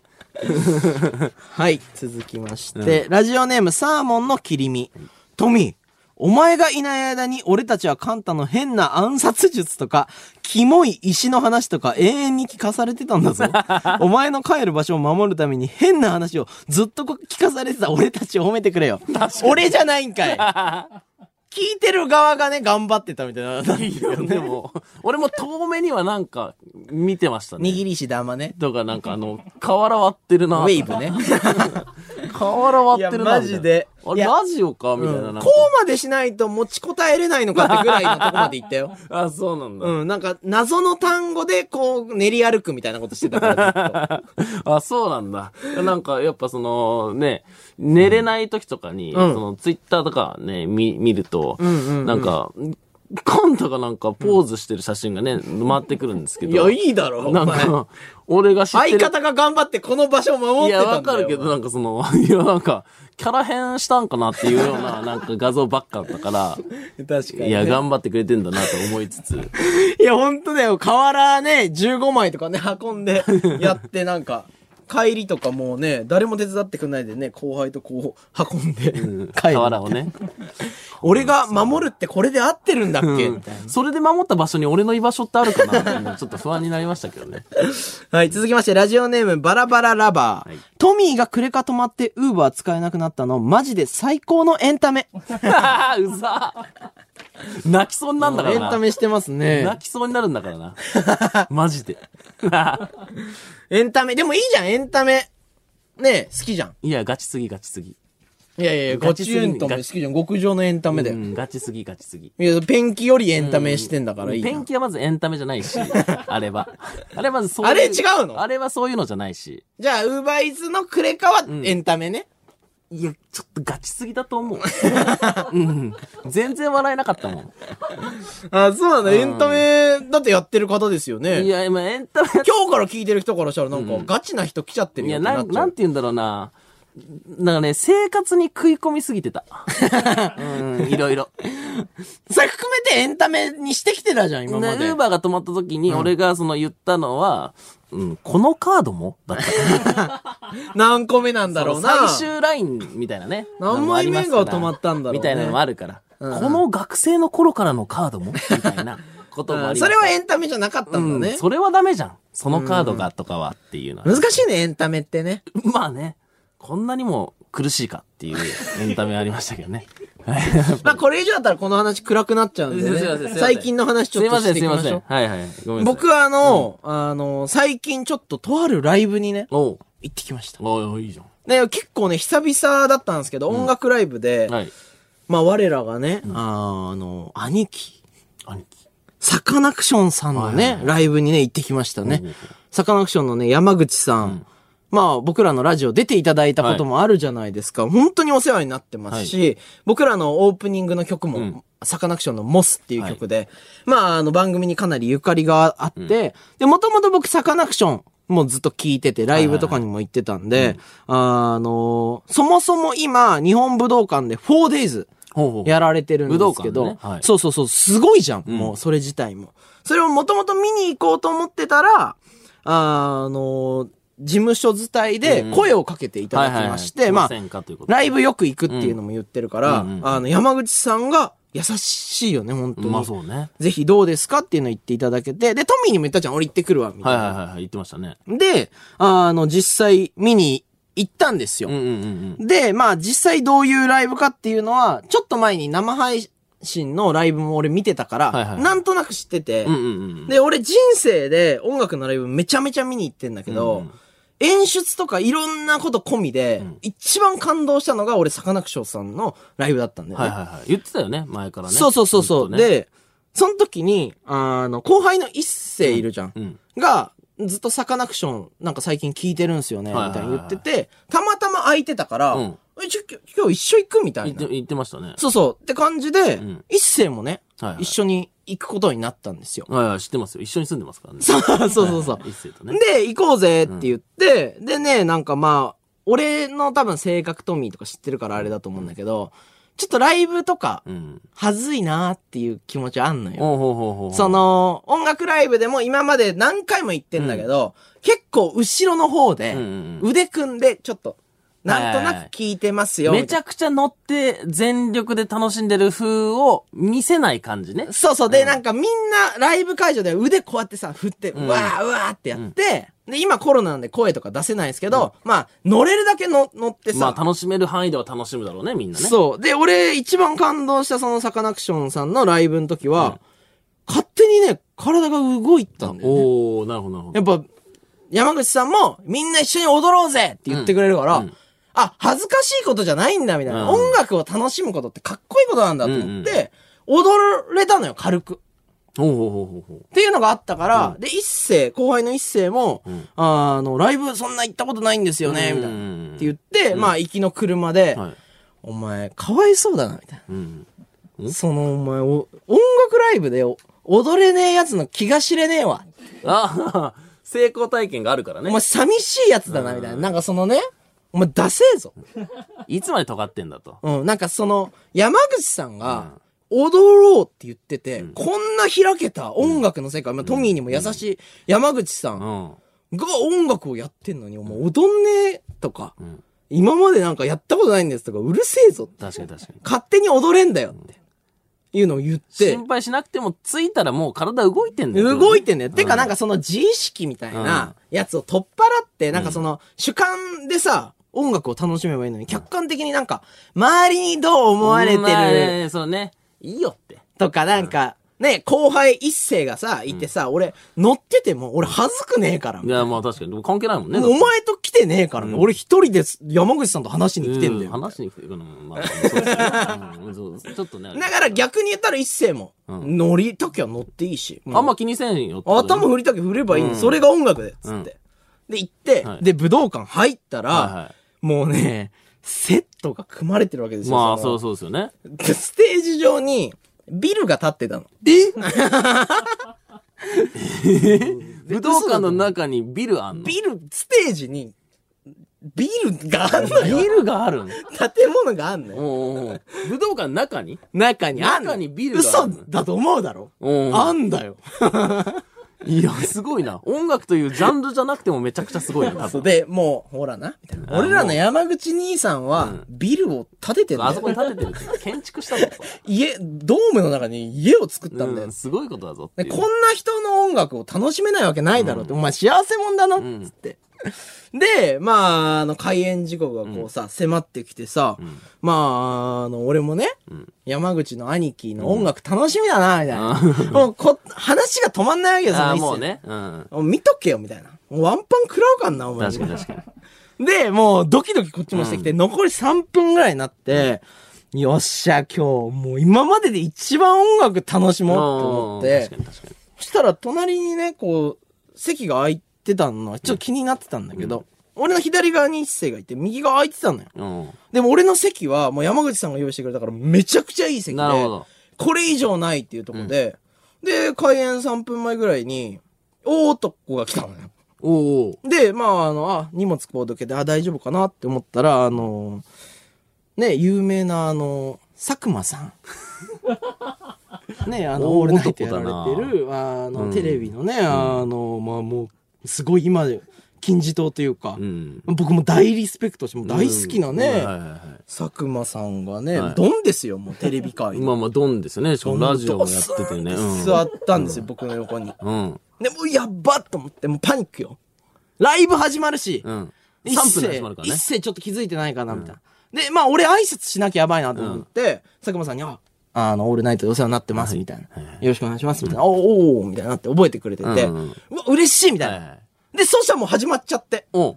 はい、続きまして、ラジオネームサーモンの切り身。トミー、お前がいない間に俺たちはカンタの変な暗殺術とか、キモい石の話とか永遠に聞かされてたんだ ぞ。お前の帰る場所を守るために変な話をずっと聞かされてた俺たちを褒めてくれよ。俺じゃないんか い。聞いてる側がね、頑張ってたみたい な。
でも、俺も遠目にはなんか、見てましたね。
握りし玉 ね。
とか、なんかあの、瓦割ってるな。
ウェイブね。
瓦割ってるな。みた
やマ
いない
ジで
あ
い
れ、
や
ラジオかみたいな。
うん
なんか
こうまでしないと持ちこたえれないのかってぐらいのとこまで行ったよ。
あ、そうなんだ。
うん、なんか、謎の単語で、こう、練り歩くみたいなことしてたから、ずっと
あ、そうなんだ。なんか、やっぱその、ね、寝れない時とかに、
ん
その、ツイッターとかね、見、見ると、なんか、カンタがなんかポーズしてる写真がね、回ってくるんですけど。
いや、いいだろ、お
なん
前。
か、俺が知って
相
る。
方が頑張ってこの場所を守っ
い
てた
や、
んだよ。
わかるけど、なんかその、いや、なんか、キャラ変したんかなっていうような、なんか画像ばっかだった から、
確かにね、
いや、頑張ってくれてんだなと思いつつ、
いや、ほんとだよ。瓦ね、15枚とかね、運んで、 やって、なんか、帰りとかもうね、誰も手伝ってくんないでね、後輩とこう、運んで、帰る。
瓦をね。
俺が守るってこれで合ってるんだっけ、みたいな。
それで守った場所に俺の居場所ってあるかなっていうのちょっと不安になりましたけどね。
はい、続きまして、ラジオネーム、バラバララバー。
はい
トミーがクレカ止まって、ウーバー使えなくなったの、マジで最高のエンタメ。
うざ泣きそうになんだか
エ
ら
ンタ
な。
メしてますね
泣。きそうになるんだか らな。マジで。
エンタメ、でもいいじゃん、エンタメ。ねえ、好きじゃん。
いや、ガチすぎ、ガチすぎ。
いやいやいや、ガ
ガチす
チ
ぎ
エンタメ好きじゃん。極上のエンタメだ
う
よ。
ん、ガチすぎ、ガチすぎ。
いや、ペンキよりエンタメしてんだからいいじ
ペ
ゃん
ン。キはまずエンタメじゃない し、あれは。あれはまずそういう。
あれ違うの
あれはそういうのじゃないし。
じゃあ、ウーバーイーツのクレカはエンタメね。
いや、ちょっとガチすぎだ と思う。うん。全然笑えなかったも
あ、そうなんだ。エンタメだってやってる方ですよ
ん。い
ね。
や、今エンタメ
今日から聞いてる人からしたらなんか、ガチな人来ちゃってる
い
よ
や、
ってな
な
っ
ん、
ちゃ
なん
う。
て言うんだろうな。なんかね、生活に食い込みすぎて た。うん、いろいろ。
それ含めてエンタメにしてきてたじゃん、今ま
で
で
ウー。バーが止まった時に、俺がその言ったのは、うん、このカードもだったか
何個目なんだろ
ら。
うな。
最終ラインみたいなね。
何枚目が
のもありますから
止まったんだろうね
みたいなのもあるから。この学生の頃からのカードもみたいな。こともあり
そ
まし
れ
た
はエンタメじゃなかったんだ
う
ね
ん、。それはダメじゃん。そのカードがとかはっていうのは。
難しいね、エンタメってね。
まあね、こんなにも苦しいかっていうエンタメありましたけどね。はい
まあこれ以上だったらこの話暗くなっちゃうんです
いませんすいま
ね。
せん
最近の話 ち
す
ょ
い
っと
ませ
し
ん、
てい
す
き
い
ま
ま
し
せ
ょ
ん。
う。
はいはい。ごめんなさい。
僕はあの、あの、最近ちょっととあるライブにね、
おう、
行ってきました。
おう、いいじゃん。
ね、結構ね、久々だったんですけど、音楽ライブで、
はい。
まあ我らがね、あーあの、兄貴、
兄貴。
サカナクションさんの
はい
ね、ライブにね、行ってきましたね
おうおう。
サカナクションのね、山口さん。まあ僕らのラジオ出ていただいたこともあるじゃないですか。本当にお世話になってますし、僕らのオープニングの曲も、
ん
サカナクションのモスっていう曲で、まああの番組にかなりゆかりがあって、で、もともと僕サカナクション、もうずっと聞いてて、ライブとかにも行ってたんで、あのそもそも今、日本武道館で 4days。
ほうほう。
やられてるんですけ
武道
ど
館、のねはい
そうそうそう、すごいじゃん、もう、それ自体も。それをもともと見に行こうと思ってたら、あの、事務所自体で声をかけていただきまして、
はいはいはい来ません
ま
か
あ
というこ、とで
ライブよく行くっていうのも言ってるから、
うんうんうん
あの、山口さんが優しいよね、本当に。
まあそうね。
ぜひどうですかっていうのを言っていただけて、で、トミーにも言ったじゃん、俺行ってくるわ、みたい
はい
な。
はいはいはい、言ってましたね。
で、あの、実際見に行ったんですよ。
うんうんうん
で、まあ実際どういうライブかっていうのは、ちょっと前に生配信のライブも俺見てたから、
はいはい
なんとなく知ってて、
うん。うんうんうん。
で、俺人生で音楽のライブめちゃめちゃ見に行ってんだけど、
うん
演出とかいろんなこと込みで、一番感動したのが俺サカナクションさんのライブだったんだよね。
はいはいはい。言ってたよね、前からね。
そうそうそうそう。
ずっとね、
で、その時に、あの、後輩の一世いるじゃん。
うん。
が、ずっとサカナクション、なんか最近聞いてるんすよね、み
はい
た
はい
い
はい
に言ってて、たまたま空いてたから、
うん
えちょきょ今日一緒行くみた
言
い
っ
な
て、。言ってましたね。
そうそう。って感じで、
ん
一世もね、
はいはい
一緒に行くことになったんですよ。
はいはい、知ってますよ。一緒に住んでますからね。
そう そうそうそう
はいはい一斉とね。
で、行こうぜって言って、でね、なんかまあ、俺の多分性格トミーとか知ってるからあれだと思うんだけど、ちょっとライブとか、
うん。
はずいなーっていう気持ちあんのよ。
ほうほうほうほう。
そ、の、音楽ライブでも今まで何回も行ってんだけど、結構後ろの方で
うんうん、うん
腕組んで、ちょっと、なんと
はいはい
な
はい
く聞いてますよ。
めち
ゃ
ゃくちゃ乗って全力で楽しんでる風を見せない感じね。
そうそう。で、なんかみんなライブ会場で腕こうやってさ、振って、うわーうわーってやって、で、今コロナなんで声とか出せないんですけど、まあ、乗れるだけの乗って
ま
さ
あ、楽しめる範囲では楽しむだろうね、みんなね。
そう。で、俺一番感動したそのサカナクションさんのライブの時は、勝手にね、体が動いたんだよね。
おー、なるほど、なるほど。
やっぱ、山口さんも、みんな一緒に踊ろうぜって言ってくれるから、
うんうん
あ、恥ずかしいことじゃないんだ、みたいな、
うん
音楽を楽しむことってかっこいいことなんだと思って、踊れたのよ、軽く。
ほうほうほうほうほう。
っていうのがあったから、で、一世、後輩の一世も、あの、ライブそんな行ったことないんですよね、
うん
みたいな。って言って、まあ、行きの車で、
はい。
お前、かわいそうだな、みたいな。
うん。
その、お前、お音楽ライブでお踊れねえやつの気が知れねえわ。
あ 成功体験があるから
お
ね
前、。寂しいやつだな、みたいな。なんかそのね、お前、出せえぞ。
いつまで尖ってんだと。
うん、なんかその、山口さんが、踊ろうって言ってて、こんな開けた音楽の世界、まあ、トミーにも優しい山口さん
う
が
ん。
音楽をやってんのに、お前踊んねえとか、
ん
今までなんかやったことないんですとか、うるせえぞって。
確かに 確かに。
勝手に踊れんだよって。いうのを言って
心、配しなくても、着いたらもう体動いてんだよ。
動いてんね。てかなんかその自意識みたいなやつを取っ払って、なんかその主観でさ、音楽を楽しめばいいのに、客観的になんか、周りにどう思われて
まあ
る
ねそうね。いいよって。
とかなんか、ね、後輩一世がさ、いてさ、俺、乗ってても、俺恥ずくねえから。
いや、まあ確かに。でも関係ないもんね。
お前と来てねえから、俺一人です山口さんと話しに来てんだ
う
よ。
話しに来てるのも、まあ、そうですねうんそうちょっとね。
だから逆に言ったら一世も、
うん
乗りたきゃ乗っていいし、
あんま気にせんよってことだね。
頭振りたきゃ振ればいいんだ、
うん
それが音楽で、つって。で、行って、
はい
で、武道館入ったら、
はいは
もうね、セットが組まれてるわけですよ。
まあ、そ
の
うそうですよね。
でステージ上に、ビルが立ってたの。
武道館の中にビルあんの
ビル、ステージに、ビルがあんのよ。
ビルがあるの
建物があんのよ。
おうおうおう武道館の中に
中にあんの
中にビルがあんの
嘘だと思うだろ
おうおう
あんだよ。
いや、すごいな。音楽というジャンルじゃなくてもめちゃくちゃすごいな、多
そう
分。
で、もう、ほらな、みたいな。俺らの山口兄さんは、ビルを建ててんだ
あそこに
よ。
建ててるって建築したんだよ。こ
家、ドームの中に家を作った
れ
んだ
う
よ
ん、。すごいことだぞって
で
いう。
こんな人の音楽を楽しめないわけないだろうって、お前幸せ者だな、
ん
つって。で、まあ、あの、開演時刻がこうさ、迫ってきてさ、まあ、あの、俺もね、山口の兄貴の音楽楽しみだな、みたいな。もうこ、話が止まんないわけですよ、
ああ、
一切
もう。ね。うん。
もう見とけよ、みたいな。もうワンパン食らうかんな、お前。
確かに確かに。
で、もうドキドキこっちもしてきて、残り3分ぐらいになって、よっしゃ、今日、もう今までで一番音楽楽しもうと思っ
うん
て
確か、に確かに。
そしたら隣にね、こう、席が空いてたのはちょっと気になってたんだけど、俺の左側に一星がいて、右側空いてたのよ。
う
でも俺の席はもう山口さんが用意してくれたからめちゃくちゃいい席
ん。
で、
なるほど。
これ以上ないっていうところで、で、開演3分前ぐらいに、大男が来たのよ。
おお。
で、まあ、あの、あ、荷物こうどけて、あ、大丈夫かなって思ったら、あの、ね、有名な、あの、佐久間さん。ね、あの、オー
大
ルナイト
男
や
だな
られてる、あの、
うん
テレビのね、あの、まあもう、すごい今、金字塔というか、
うん。
僕も大リスペクトして、もう大好きなね、
うんはいはいはい
佐久間さんがね、
はい
ドンですよ、もうテレビ界
ま
の。
あまあ、ドンですよね。しかもラジオもやっててね。
ド
う
スン
ん。
座ったんですよ、僕の横に。
うん。
で、もうやっばと思って、もうパニックよ。ライブ始まるし、
うん。3
一
分
世
で始まるからね
一。世ちょっと気づいてないかな、みたいな。で、まあ、俺挨拶しなきゃやばいなと思って、佐久間さんに、あ、あの、オールナイトでお世話になってます、みたいな、よろしくお願いします、みたいな。おおおーみたいになって覚えてくれてて、う
うんうん
わ、嬉しいみたいな。
はいはい
で、そしたらもう始まっちゃって。
お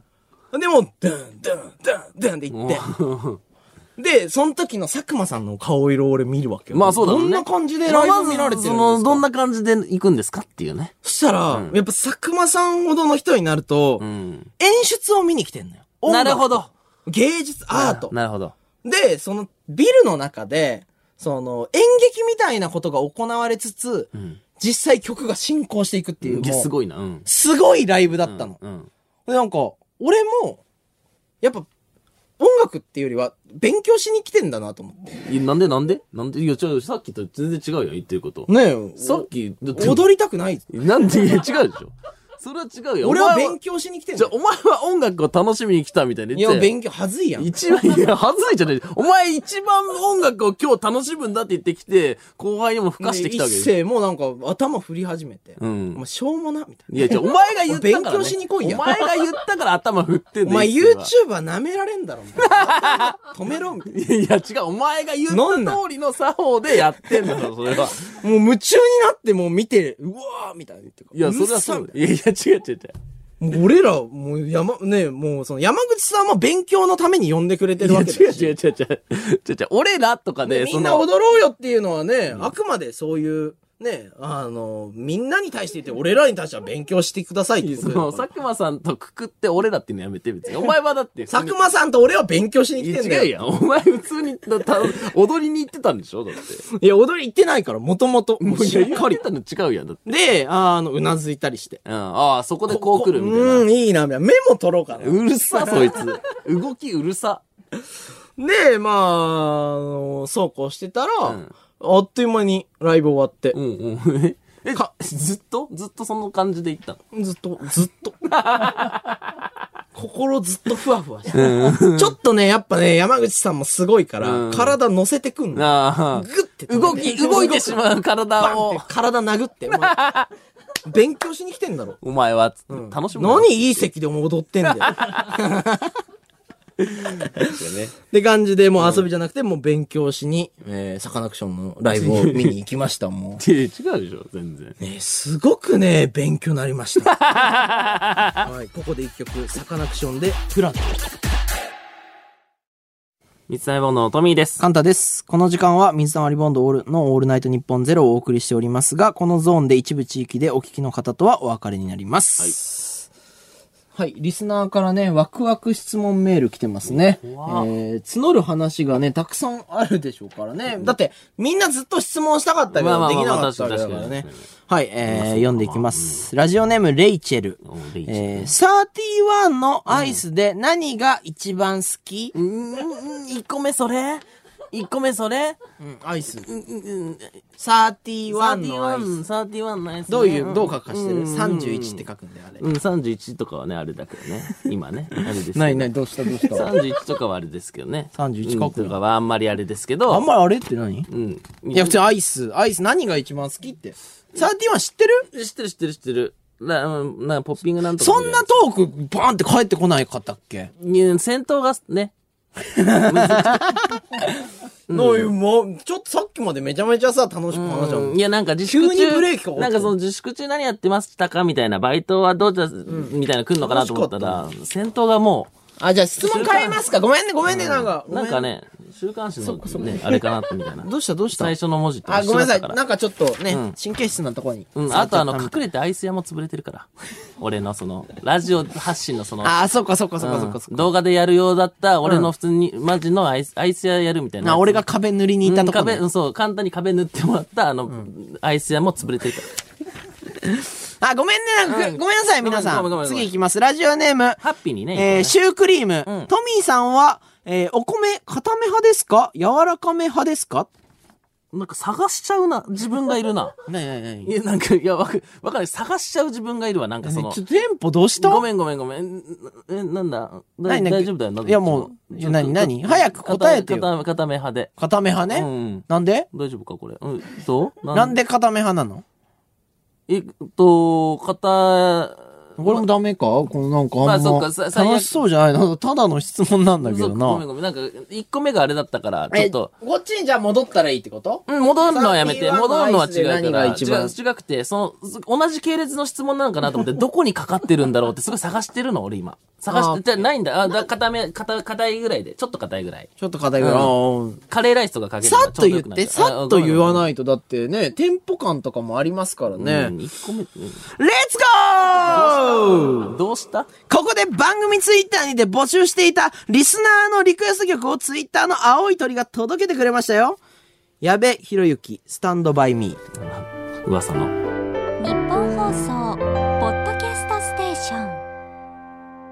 う
で、もう、ドゥン、ドゥン、ドゥン、ドゥンって言って。で、その時の佐久間さんの顔色を俺見るわけよ。
まあそうだろ
ど
うね。
んな感じでライブ見られてるんですか、
まあまずその、どんな感じで行くんですかっていうね。
そしたら、やっぱ佐久間さんほどの人になると、
うん。
演出を見に来てんのよ。音
な
楽
るほど。
芸術、アート。
なるほど。
で、そのビルの中で、その演劇みたいなことが行われつつ、
ん
実際曲が進行していくっていう、
いや
もう
すごいな。うん。
すごいライブだったの。
うん。
でなんか、俺も、やっぱ、音楽っていうよりは、勉強しに来てんだなと思って。
いやなんでなんでなんでいや、違う、さっきと全然違うよ、言ってること。
ねえ、
さっき、だって
踊りたくない。
なんで、いや、違うでしょ。それは違うよ。
俺は
お前
勉強しに来てん
じ
だ
ゃあ。お前は音楽を楽しみに来たみたいに
い
言っ
や、
て。
勉強、はずいやん。
一番、いや、恥ずいじゃない。お前一番音楽を今日楽しむんだって言ってきて、後輩にも吹かしてきたわけ
で
で
一
しょ。
斉もうなんか、頭振り始めて。
う
お
ん
前、。しょうもな、みたい
いや、じゃあお前が言ったから、ね。
勉強しに来いや
お前が言ったから頭振ってん
な。お
だ
前、
一斉は
YouTuber 舐められんだろ、みたい な。止めろ、みたいな。
いや、違う。お前が言った通りの作法でやってんだ ろ、それは。
もう夢中になってもう見て、うわーみたいな言って
いや、それはそうだ。いや、いや、違う違う違う。
もう俺ら、もう山、ね、もうその山口さんも勉強のために呼んでくれて
い
る
や、
わ
違
けだ
う
し。
違う違う違う。違う違う。俺らとかで、
み
そ
んな踊
の、
ろうよっていうのはね、あくまでそういう、ね、あの、みんなに対して言って、俺らに対しては勉強してくださいってこ
そ
とだよ
の、佐久間さんとくくって俺らっていうのやめて、別 に。お前はだって。
佐久間さんと俺は勉強しに
い
来
や
てんだよ。
違うやん。お前普通に、だた踊りに行ってたんでしょだって。
いや、踊り行ってないから、もともと。もうしっかり
行。ったの違うやん。だって。
で、あの、うなずいたりして。
うん。ああ、そこでこう来るみたいな。
うん、いいな、みたいな。メモ取ろうかな。
うる さ、そいつ。動きうるさ。
で、まあ、あのそうこうしてたら、
ん
あっという間にライブ終わって
う、んうん。え、か、ずっとずっとその感じで行ったの
ずっと、ずっ と。心ずっとふわふわして。ちょっとね、やっぱね、山口さんもすごいから、
うん
体乗せてくんの。
ああ
グッて。
動き、動いてしまう体
バン
を
って。体殴って。お 前勉強しに来てんだろ。
お前は、つって楽しむな。
何いい席で踊ってんだよ。っ
ですよね。
て感じで、もう遊びじゃなくて、もう勉強しに、えー、サカナクションのライブを見に行きました、も
いや違うでしょ、全然。
う。ね、すごくね、勉強になりま した。はい、ここで一曲、サカナクションで、プラダ。
三つ坊のトミーです。
カンタです。この時間は水溜りボンドオールのオールナイトニッポンゼロをお送りしておりますが、このゾーンで一部地域でお聞きの方とはお別れになります。はい。リスナーからね、ワクワク質問メール来てますね。えー、募る話がね、たくさんあるでしょうからね。だって、みんなずっと質問したかったけ
まあ
ど、
まあ
で
ま
き
あ
な
まあ
かったわけだから
確
ね
かに確か。
はい、えー、読んでいきます。ラジオネーム、レイチェル。
おレイチェル
えー、31のアイスで何が一番好き
うーん、1個目それ1個目それ
うん、アイス。
うんうん
31のアイス。
31のやつね。
どういう、どう書かしてる、
ん
?31 って書くんだよ、あれ。
うん、31とかはね、あれだけどね。今ね。あれですけど。
ない、どうした、どうし。
31とかはあれですけどね。
31
うん
かっこいい
とかはあんまりあれですけ
あ
ど。
んまりあれって何い
うん。い
や、普通にアイス。アイス何が一番好きって。31知ってる
知ってる知ってる知ってる。な、うんな、ポッピングなんとか。
そんなトーク、バーンって帰ってこないかったっけ
うん、戦闘がね。
のよ、もう、ちょっとさっきまでめちゃめちゃさ、楽しく話したもん
いや、なんか自粛中。
急にブレーキかかった
なんかその自粛中何やってましたかみたいな、バイトはどうじゃ、みたいな来んのかなと思ったら、戦闘がも
あ、じゃあ質問変えますかごめんね、ごめんね、なんか。
う、なんかね、週刊誌のね、あれかなってみたいな
ごめん。。どうした、どうした
最初の文字と
あ、ごめんなさい。
から
なんかちょっとね、
うん
神経質なところに。
うん、あとあの、隠れてアイス屋も潰れてるから。 俺のその、ラジオ発信のその、
あ、そっかそっかそっかそっかそっ
うん動画でやるようだった、俺の普通に、マジのアイス、アイス屋やるみたい
か。
な。
あ、俺が壁塗りに行ったとこ、
うん
ね
壁、うんそう、簡単に壁塗ってもらった、あの、アイス屋も潰れてるから。
あ、ごめんね、なんか、
うん
ごめんなさい、
ごめん
皆さ
ごめんごめん
ん。
ごめん
次行きます。ラジオネーム、
ハッピーにね。
えーシュークリーム、トミーさんは、えーお米、固め派ですか柔らかめ派ですか
なんか探しちゃうな、自分がいる な。
なになになに
いや、なんか、いや、わかわかる。探しちゃう自分がいるわ、なんかその
ちょ、。テンポどうした
ごめんごめんごめん。え、なんだだ
何何
大丈夫だよ。なんだ
いやもういや何何早く答えてよ
固め固め派で。
固め派ね、
うん。
なんで
大丈夫か、これ。うん、そう
なんで固め派なの
えっと、片、
これもダメかこのなんか
ま
あ
あ
んま
そっかさ最悪
楽しそうじゃないな。ただの質問なんだけ
そ
ど
うごめ
な。
んごめん。なんか、1個目があれだったから、ちょっと。
こっちにじゃあ戻ったらいいってこと
うん、戻るのはやめて。
31
戻るのは違う
何
から。
が
違う、
一番
違くて、その、ず同じ系列の質問なのか なと思って、どこにかかってるんだろうって、すごい探してるの、俺今。探
あ
し
ー
て、じゃあないんだ。あ、だ、硬め、硬、硬いぐらいで。ちょっと硬いぐらい。
ちょっと硬いぐらい。
うん
あー
カレーライスとかかけるの
さっ
ちょ
と
うど
言っ
よくな
て、
い
さっと言わ
い。
ないと、だってね、テンポ感とかもありますからね。
ね、うん、1個目、う
レッツゴー
んどうした
ここで番組ツイッターにて募集していたリスナーのリクエスト曲をツイッターの青い鳥が届けてくれましたよ。矢部ひろゆき、スタンドバイミー。
噂の。
日本放送ポッドキャストステーション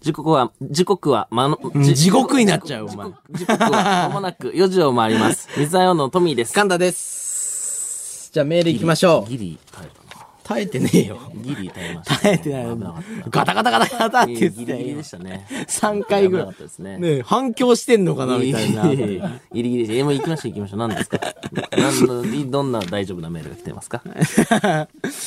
時刻は、時刻は、まの、
ん地獄になっちゃう
時刻
お前
時刻は、まもなく4時を回ります。水沢のトミーです。
神田です。じゃあメール行きましょう。
ギリ耐えたな。
耐えてねえよ。
ギリ耐えました。
耐えてない
危なかった。
ガタガタガタガタって
ギ
言
リ
って
ギ
たよ
リ
今
でしたね。
3回ぐら
危なかったですね
い。ねえ反響してんのかなみ
ギ
たいな。
リギリギリギリでした。えもう行きましょう行きましょう。何ですか何の、どんな大丈夫なメールが来てますか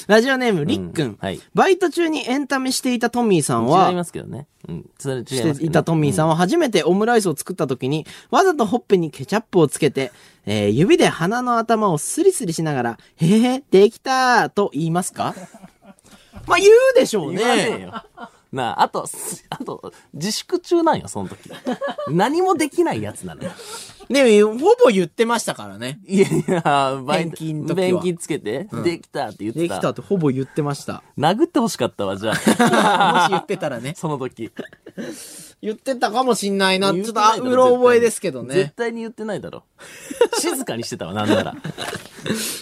ラジオネーム、りっく
うん
ん
はい。
バイト中にエンタメしていたトミーさん
違い
は、
ますけどね。うん。それ違いますけどね
していたトミーさんは初めてオムライスを作った時に、わざとほっぺにケチャップをつけて、えー指で鼻の頭をスリスリしながら、へへへ、できたーと言います かまあ言うでしょう
言わねえ
ね。
よ。なあ、あと、すあと、自粛中なんよ、その時。 何もできないやつなのよ。
ねほぼ言ってましたからね。
いやいや、バイ
便器の時は
便器つけて、できたって言って
でき
た。
たってほぼ言ってま した。
殴ってほしかったわ、じゃ あ。
もし言ってたらね。
その時。
言ってたかもしんないな。ちょ
言っ
ってと、
な
あ、
いだろ
うろ覚えですけど
絶
ね。
対に言ってないだろ。静かにしてたわ、なんなら。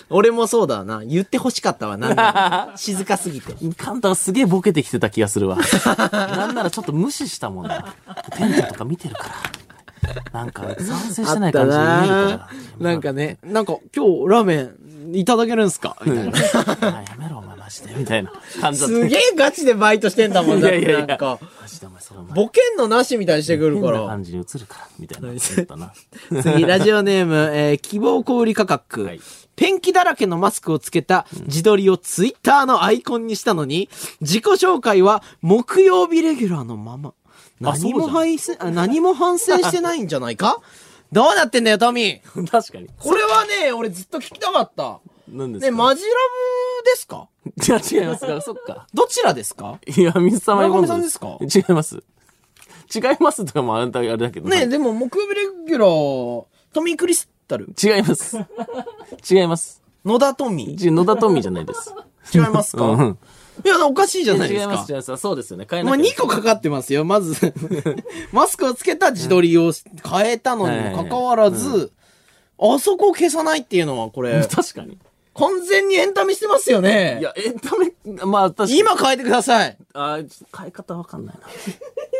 俺もそうだな。言って欲しかったわ、なん だ。静かすぎて。
カンタはすげえボケてきてた気がするわ。なんならちょっと無視したもんな。店長とか見てるから。なんか、賛成してない感じで見えるから。
なんかね、なんか今日ラーメンいただけるんすかみたいな。
あやめろ、お前マジで。みたいな感じだった。
すげえガチでバイトしてんだもん
い
だっ
や
て
いやい
な
や
んか、
マジでお前それお前。
ボケんのなしみたいにしてくる
変
か
な
ら。
感じに映るから、みたいな。言ったな。
次、ラジオネーム、えー希望小売価格。
はい
ペンキだらけのマスクをつけた自撮りをツイッターのアイコンにしたのに、自己紹介は木曜日レギュラーのまま。
あそうじ
何
ゃん
も反省、あ何も反省してないんじゃない かどうなってんだよ、トミー。
確かに。
これはね、俺ずっと聞きたかった。
何です
ね、
か
マジラブですか
いや、違いますから、そっか。
どちらですか
いや、水溜り
村
ボンド
上さんですか
違います。違いますとかもあんたあれだけど。
ね、でも木曜日レギュラー、トミークリスタル。
違います。違います。
野田トミー。
じ野田トミーじゃないです。
違いますか、
うん
いや、おかしいじゃない
違
で
い
す
ま
か
す、違。います。そうですよね。変えな
まあ、
きゃ
2
いけない
個かかってますよ。ま ず、マスクをつけた自撮りを変えたのにもかかわらず、あそこを消さないっていうのは、これ、
確かに。
完全にエンタメしてますよね。
いや、エンタメ、まあ、確かに。
今変えてください。
あーちょっと変え方わかんない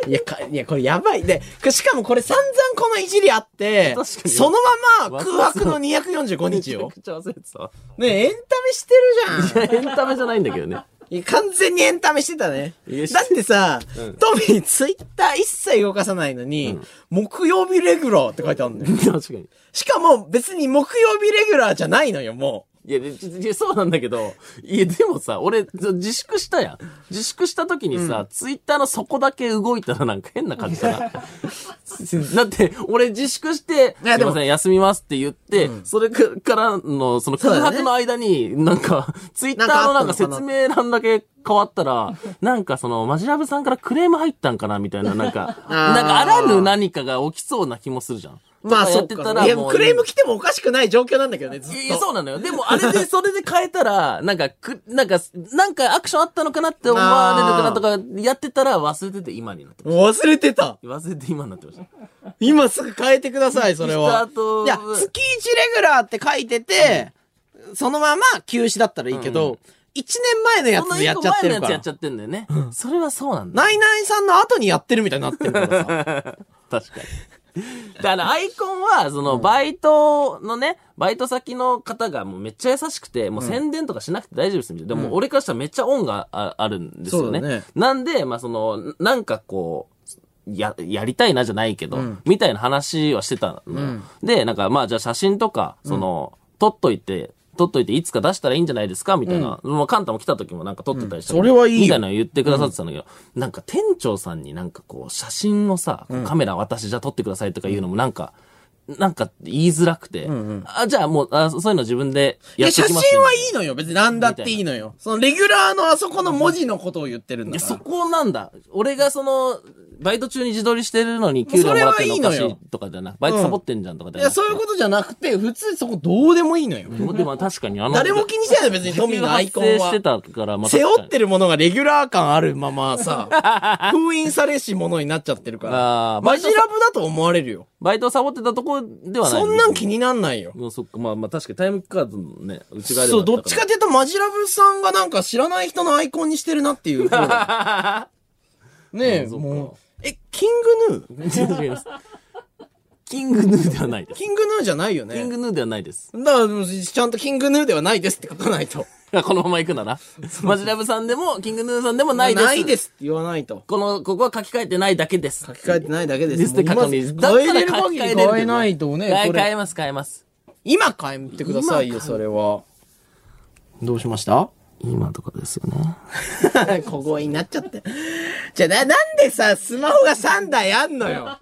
な。
いや、かいや、これやばい。で、くしかもこれ散々このいじりあって、
確かに
そのまま空白の245日
め
よ
ちゃ。くちゃ忘れてたわ。
ねえエンタメしてるじゃん。
エンタメじゃないんだけどね。
いや完全にエンタメしてたね。
いやし
だってさ、
うん
トミーツイッター一切動かさないのに、木曜日レギュラーって書いてあるんだよ。
確かに。
しかも別に木曜日レギュラーじゃないのよ、も
いや、でちいやそうなんだけど、いや、でもさ、俺、ず自粛したやん。自粛した時にさ、ツイッターのそこだけ動いたらなんか変な感じだな。 だって、俺自粛して、
いや
すい
でも
ません、休みますって言って、それからの、その
そうだ
空
ね
白の間に、なんか、ツイッターのなんか説明欄だけ変わったら、なんかその、マジラブさんからクレーム入ったんかな、みたいな、な んか、
ー
なんかあらぬ何かが起きそうな気もするじゃん。
う。まあ
とかや
そ
っ
ってか
たら
いや、
もう
クレーム来てもおかしくない状況なんだけどね、ずっ
いや、
と。
そうなのよ。でも、あれで、それで変え たら、なんか、く、なんか、なんかアクションあったのかなって思われるのかなとか、やってたら忘れてて今になってま
忘れてた。
した。忘れて今になってました。
今すぐ変えてください、それ
した
は。
後
いや、月1レギュラーって書いてて、そのまま休止だったらいいけど、1年前のや
この
つ
一
やっ
個
ちゃっ
前
て
の
る
や
か
つや
ら
っち。ゃってんだよね。それはそうなんだ。
ナイナイさんの後にやってるみたいになってるからさ。
確かに。だから、アイコンは、その、バイトのね、バイト先の方がもうめっちゃ優しくて、もう宣伝とかしなくて大丈夫ですみたいな。でも、俺からしたらめっちゃ恩がああるんですよね。
そうだね
なんで、まあ、その、なんかこう、や、やりたいなじゃないけど、みたいな話はしてたのよ、で、なんか、まあ、じゃあ写真とか、その、撮っといて、撮っといていつか出したらいいんじゃないですかみたいな。もうカンタも来た時もなんか撮ってたりしたけど
うんそれはいいよ
みたいなの言ってくださってたんだけど、なんか店長さんになんかこう、写真をさ、カメラ私じゃあ撮ってくださいとか言うのもなんか、なんか言いづらくて、あ、じゃあもうあ、そういうの自分で
い
や
や、
って
写
きますね
真はいいのよ。別に何だっていいのよ。そのレギュラーのあそこの文字のことを言ってるん
い
だ
や、
か
そ
ら。
こなんだ。俺がその、バイト中に自撮りしてるのに給料もらってるのおかし
それはいい
いとかじゃなく、バイトサボってんじゃんとかじ
い
ゃな
や、
く
そういうことじゃなくて、普通そこどうでもいいのよ。
とでも確かにあの、
誰も気にしてないの別にトミーのアイコン
発生して
は。
たから、まあ
背負っ
る。
てるものがレギュラー感あるままさ、 封印されしものになっちゃってるから。
あー
マジラブだと思われるよ。
バイトサボってたとこではない。
そんなん気になんないよ。
うんそっか、まあまあ確かにタイムカードのね、内側で
そ
はあ
う、ど
た
っちかっていうとマジラブさんがなんか知らない人のアイコンにしてるなっていう方。 ねえ、
うんそっか
もう。え、キングヌー
違います。 キングヌーではないです。
キングヌーじゃないよね。
キングヌーではないです。
だから、ちゃんとキングヌーではないですって書かない と。
このまま行くなら。マジラブさんでも、キングヌーさんでもないです。
すって言わないと。
この、ここは書き換えてないだけです。
書き換えてないだけです。
ですって
も
過
う今
去に。だったら
変えれる
書き
限
換
り
えれるけど
変えないとね、
変え
こ
変え
れ。
ます、変えます。
今変えてくださいよ、
今
それは。どうしました
今とかですよね。
小声になっちゃって。じゃあな、なんでさ、スマホが3台あんの よ。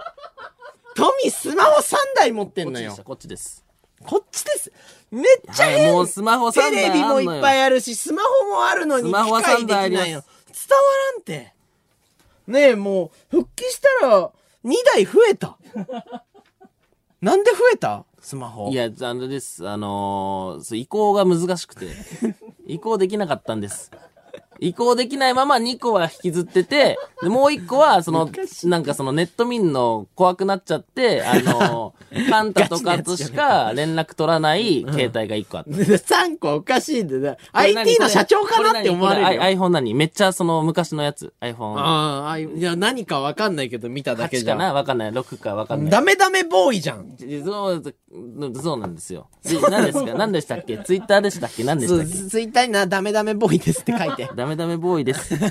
トミー、スマホ3台持ってんのよ。
こっちです。
こっちです。めっちゃ
は
変、
い、もうスマホ3台あ
テ
んのよ。
レビもいっぱいあるし、スマホもあるのに
ス
機
マホは
械できない
三
の。
台あり
伝
ま
わらんて。ねえ、もう、復帰したら、2台増えた。 なんで増えたスマホ。
いや、あのです。あのーそう移行が難し くて、移行できなかったんです。移行できないまま2個は引きずってて、でもう1個は、その、なんかそのネット民の怖くなっちゃって、あの ーカンタとかとしか連絡取らない携帯が1個あった。
3個おかしいんだよな。
これ何
IT の社長かなって思わ
こ
れる
何こ
よ。
れ iPhone 何めっちゃその昔のやつ。iPhone8
ああ、ああいういや、何かわかんないけど見ただけじ
か
ゃ。
なんわかんない。6かわかんない。
ダメダメボーイじゃん。
そう、そうなんですよ。で何ですか何でした っけツイッターでしたっけ何でし
そ
た
う、
っけ
ツイッターにな、ダメダメボーイですって書 いて。
ダメダメボー イです。ダ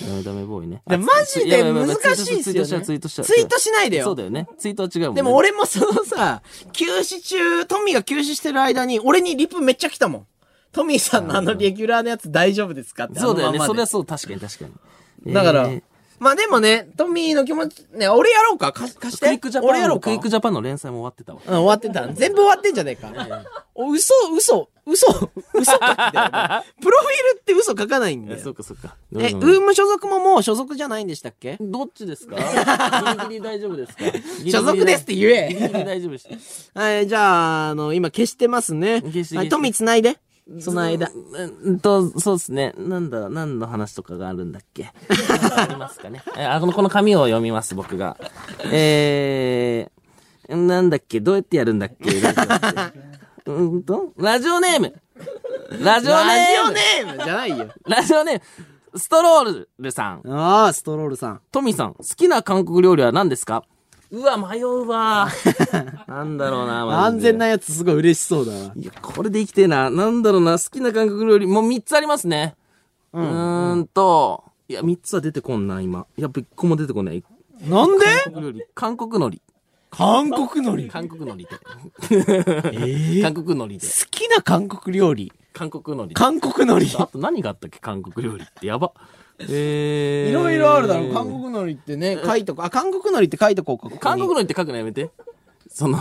メダメボーイね。
で
あ
マジ
いや
で
やや
難しいっ
ツ
す
イート
よ
しちゃ
ね。
うツイートしちゃう
ツイートしないでよ。
そうだよね。ツイートは違うもん、ね。
でも、俺もそのさ、休止中、トミーが休止してる間に、俺にリプめっちゃ来たもん。トミーさんのあのレギュラーのやつ大丈夫ですかって。
そうだよ
あの
ね。
ま
そ
ん
れ
ま
は
で
そう、確かに確かに。
だから
えー、
まあでもね、トミーの気持ち、ね、俺やろうか貸貸して。
クイックジャパン、
俺やろうか。
クイックジャパンの連載も終わってたわ。
うん、終わってた。全部終わってんじゃねえか。 お、嘘、嘘、嘘、嘘書き だよね。プロフィールって嘘書かないんだ
えそ
よ。
っかそっか。
え、ウ
うん
ーム所属ももう所属じゃないんでしたっけ
どっちですかギリギリ大丈夫ですかギリギ リ
所属ですって言え
ギリギリ大丈夫です。
はい、じゃあ、あの、今消してますね。
消して
はい、
消して
トミー繋いで。その間。
うんと、そうですね。なんだ、何の話とかがあるんだっけ ありますかね。えあこの、この紙を読みます、僕が。 えー、なんだっけどうやってやるんだっけなんかうんと、ラジオネーム。ラジオ
ラ
ネ
ジ
ー
オ
ム。
ネームじゃないよ。
ラジオネーム。ストロールさん。
ああ、ストロールさん。
トミーさん、好きな韓国料理は何ですかうわ、迷うわ。 なんだろうな、マジ
安
で
全なやつすごい嬉しそうだな。
いや、これで生きてえな。なんだろうな、好きな韓国料理、もう3つありますね。うーんと、いや、3つは出てこんな、今。やっぱ1個も出てこない。
なんで
韓国料理、韓国海苔。
韓国海苔。
韓国海苔
え
で。
ー
韓国海苔で。
好きな韓国料理。
韓国海苔で。
韓国海
あ
苔。
と何があったっけ韓国料理って。やば。えー。
いろいろあるだろう。韓国海苔ってね、書いとこう。あ、韓国海苔って書いとこうか。ここ
韓
に
国海苔って書くのやめて。その、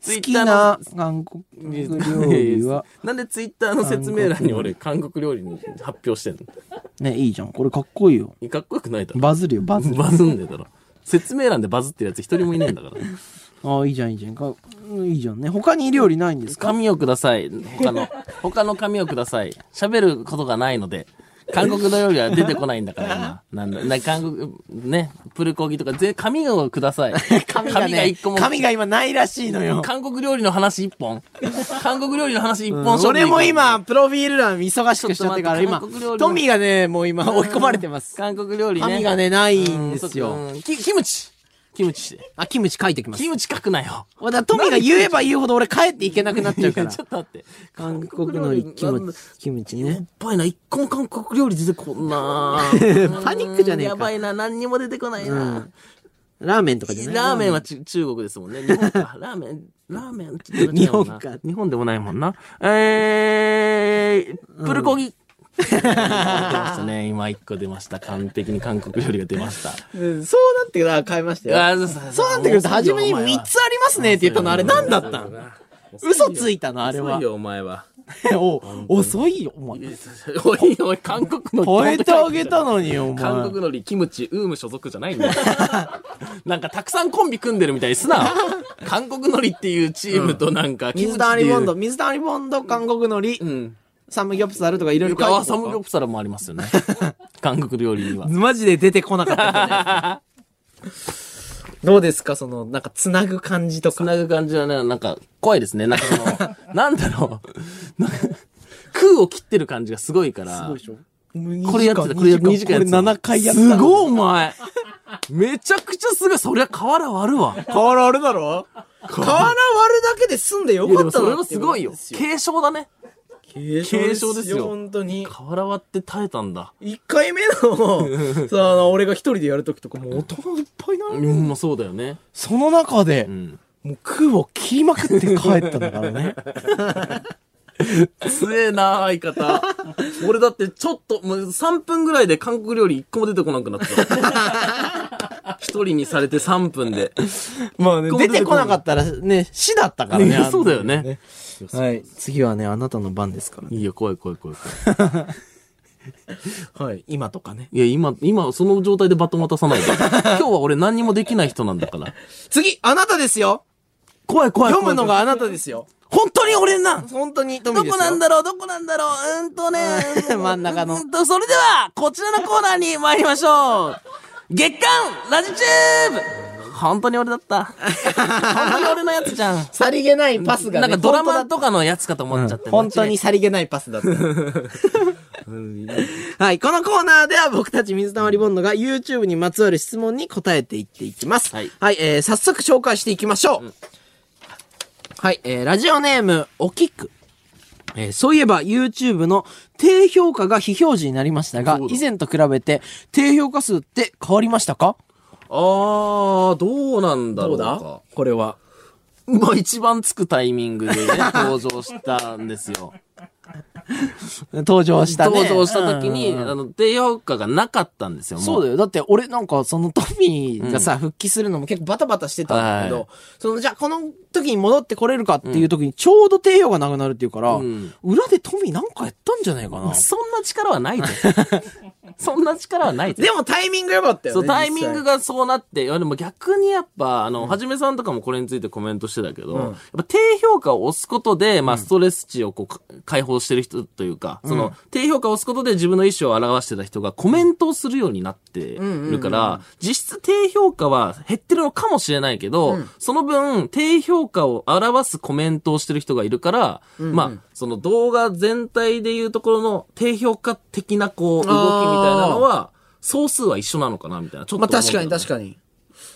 ツイ
好
ッ
き
ターの
な韓国料理は。
なんでツイッターの説明欄に俺、韓国料理に発表してん
ね、いいじゃん。これかっこいいよ。
のかっこよくないだろ。
バズるよ、バズる。
バズんでたろ。説明欄でバズってるやつ一人もいねえんだから。
ああ、いいじゃん、いいじゃん。かうんいいじゃんね。他に料理ないんですか
紙をください。他の、他の紙をください。喋ることがないので。韓国の料理は出てこないんだから、今。なんだ、な韓国、ね、プルコギとか、ぜ、紙をください。紙
ね
が一個も。
紙が今ないらしいのよ。
韓国料理の話一本。韓国料理の話一本
うん
勝負で
俺
いこう
も、今、プロフィール欄忙しくしちゃってから、
ちょっと
今
待って韓国料、理
トミーがね、もう今追い込まれてます。
韓国料理ね。
紙がね、ない
うん
んですよ。
うんキキムチキムチして。
あ、キムチ書いてきます。
キムチ書くなよ。
だからトミーが言えば言うほど俺帰っていけなくなっちゃうから
ちょ。っと待って。
韓国のりキムチ、キムチね。
ばいな、一個も韓国料理出てこんな
パニックじゃねえか
やばいな、何にも出てこないな。
ラーメンとかじゃない
ラーメンはち中国ですも んね。日本か。ラーメン、ラーメン、ちょっと違うな
日本か
日本でもないもんな。えー、プルコギ。出ましたね。今一個出ました。完璧に韓国料理が出ました。
うんそうなってくると、変えましたよ。
あー
そうなってくると、初めに3つありますねって言ったの、あれ何だったの嘘ついたの、あれ
遅。
はい
よ、お前は。
お、遅いよ、お前。
おいおい、韓国の
超えてあげたのに、お
韓
前
国。のり、キムチ、ウーム所属じゃないん だよ。なんかたくさんコンビ組んでるみたいです な。韓国のりっていうチームとなんか、キ
水
ムチって
谷
い
ボン
う
ド、水谷ボンド、韓国のり、
うん。
サムギョプサルとかいろいろ
あ、サムギョ
プ
プサルもありますよね。韓国料理には。
マジで出てこなかったけ ど。どうですか、その、なんか、つなぐ感じと
つ
か。
なぐ感じはね、なんか、怖いですね。なんかそ の、なんだろう。なんか空を切ってる感じがすごいから。こ
こ
れやってた、これ2時間やってた。す
すごい
ごい、お前。めちゃくちゃすごい。そりゃ瓦割るわ。
瓦あるだろ瓦割るだけで済んでよ
いやで
か
も
った
それ
な
は
って
す
いう
ご
こ
い
と
よ
で。すよ。
軽症だね。
軽
軽症ですよ
本当に。
瓦割って耐えたんだ。
一回 目の、その、俺が一人でやるときとかもう大人いっぱいな
う。ん、まあそうだよね。
その中で
う、ん。
もう空を切りまくって帰ったんだからね。
強えな相方。 俺だってちょっと、もう3分ぐらいで韓国料理1個も出てこなくなった。 一人にされて3分で。
まあね、出てこなかったらね、死だったから
い
ね。
や そうだよね。
あの。はい。次はね、あなたの番ですからね。
いや、怖い怖い怖い怖い。
はい。今とかね。
いや、今、今、その状態でバトン渡さないで。今日は俺何にもできない人なんだから。
次、あなたですよ。
怖い怖い怖い。
読むのがあなたですよ。
本当に俺なん
本当に、ど
どこなんだろうどこなんだろううーんとね。
うん真ん中の
うーと、それでは、こちらのコーナーに参りましょう。月刊ラジチューブ本当に俺だ った。本当に俺のやつじゃん。
さりげないパスが
な
ね、
んかドラマ
本
とかのやつかと思っちゃって。
当だ本当にさりげないパ スだった。はい。このコーナーでは僕たち水溜りボンドが YouTube にまつわる質問に答えていっていきます。
はい
えー早速紹介していきましょう。はい。えーラジオネーム、おきく。えーそういえば YouTube の低評価が非表示になりましたが
そう、だ
以前と比べて低評価数って変わりましたか
あー、どうなんだろうか。
これは。
まあ一番つくタイミング でね、登場したんですよ。
登場したね。
登場した時に、
うん
あの、低評価がなかったんですよ、も
そうだよ。だって俺なんかそのトミーがさ、復帰するのも結構バタバタしてたんだけど、
はい
そのじゃあこの時に戻ってこれるかっていう時にちょうど低評がなくなるっていうから、
ん
裏でトミーなんかやったんじゃないかな。
そんな力は ないぜ。そんな力はないぜ。
でもタイミング良かったよね。
そう、タイミング
が。
がそうなって、いやでも逆にやっぱ、あの、はじめさんとかもこれについてコメントしてたけど、やっぱ低評価を押すことで、まあ、ストレス値をこう、か解放してる人、すというか、その、低評価を押すことで自分の意思を表してた人がコメントをするようになってるから、実質低評価は減ってるのかもしれないけど、その分、低評価を表すコメントをしてる人がいるから、まあ、その動画全体でいうところの低評価的なこう、動きみたいなのは、総数は一緒なのかなみたいな。ちょっと
ま
思
あ
うけど
確かに確かに。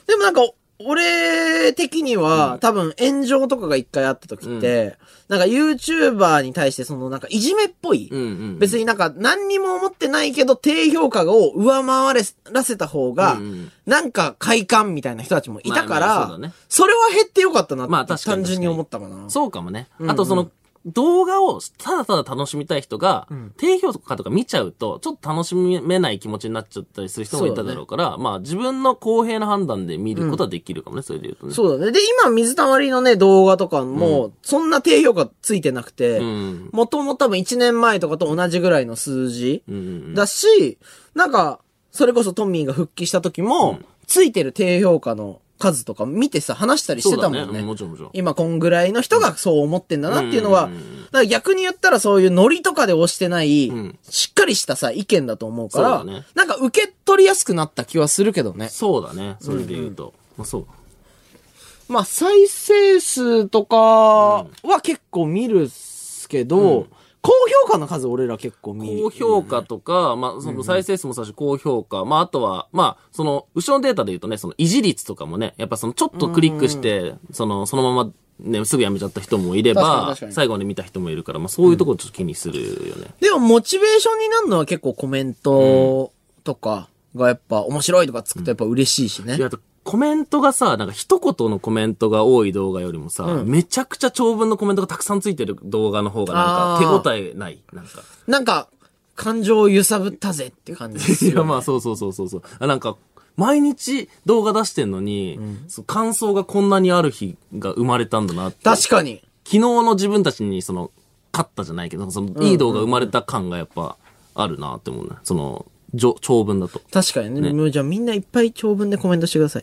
でもなんか、俺的には、多分炎上とかが一回あった時って、なんか YouTuber に対してそのなんかいじめっぽい、
うんうん。
別になんか何にも思ってないけど低評価を上回らせた方が、
うんうん
なんか快感みたいな人たちもいたから、
まあまあそうだね
それは減ってよかったな
まあ
っ
確
て
かに
単純に思ったかな。
そうかもね。あとその、動画をただただ楽しみたい人が、低評価とか見ちゃうと、ちょっと楽しめない気持ちになっちゃったりする人もいただろうから、まあ自分の公平な判断で見ることはできるかもね、それで言うとね。
そうだね。で、今、水溜りのね、動画とかも、そんな低評価ついてなくて、
うん。
もともと多分1年前とかと同じぐらいの数字
うんうん。
だし、なんか、それこそトミーが復帰した時も、ついてる低評価の数とか見てさ、話したりしてたも
そ
ん
うだ
ね。
ねうんもちろんもちろん
今こんぐらいの人がそう思ってんだなっていうのは、
うんうんうん
だから逆に言ったらそういうノリとかで押してない、
ん
しっかりしたさ、意見だと思うから、
そうだね
なんか受け取りやすくなった気はするけどね。
そうだね、それで言うと。まあそう。
まあ、再生数とかは結構見るっすけど、高評価の数俺ら結構見る。
高評価とか、まあ、その再生数もそうだし、高評価、まあ、あとは、まあ、その、後ろのデータで言うとね、その、維持率とかもね、やっぱその、ちょっとクリックして、その、そのまま、ね、すぐやめちゃった人もいれ
確かに
ば
確か、に
最後まで見た人もいるから、まあ、そういうところちょっと気にするよね。
でも、モチベーションになるのは結構コメントとかがやっぱ面白いとかつくとやっぱ嬉しいしね。
いや、あとコメントがさ、なんか一言のコメントが多い動画よりもさ、めちゃくちゃ長文のコメントがたくさんついてる動画の方が、なんか、手応えない。なんか。
なんか、感情を揺さぶったぜって感じです
い
よ。
や、まあ、そうそうそうそうそう。あなんか、毎日動画出してんのに、そう感想がこんなにある日が生まれたんだなって。昨
確かに。
日の自分たちに、その、勝ったじゃないけど、その、いい動画生まれた感がやっぱ、あるなって思うね。その、じょ長文だと。
確かにね。もうじゃあみんないっぱい長文でコメントしてくださ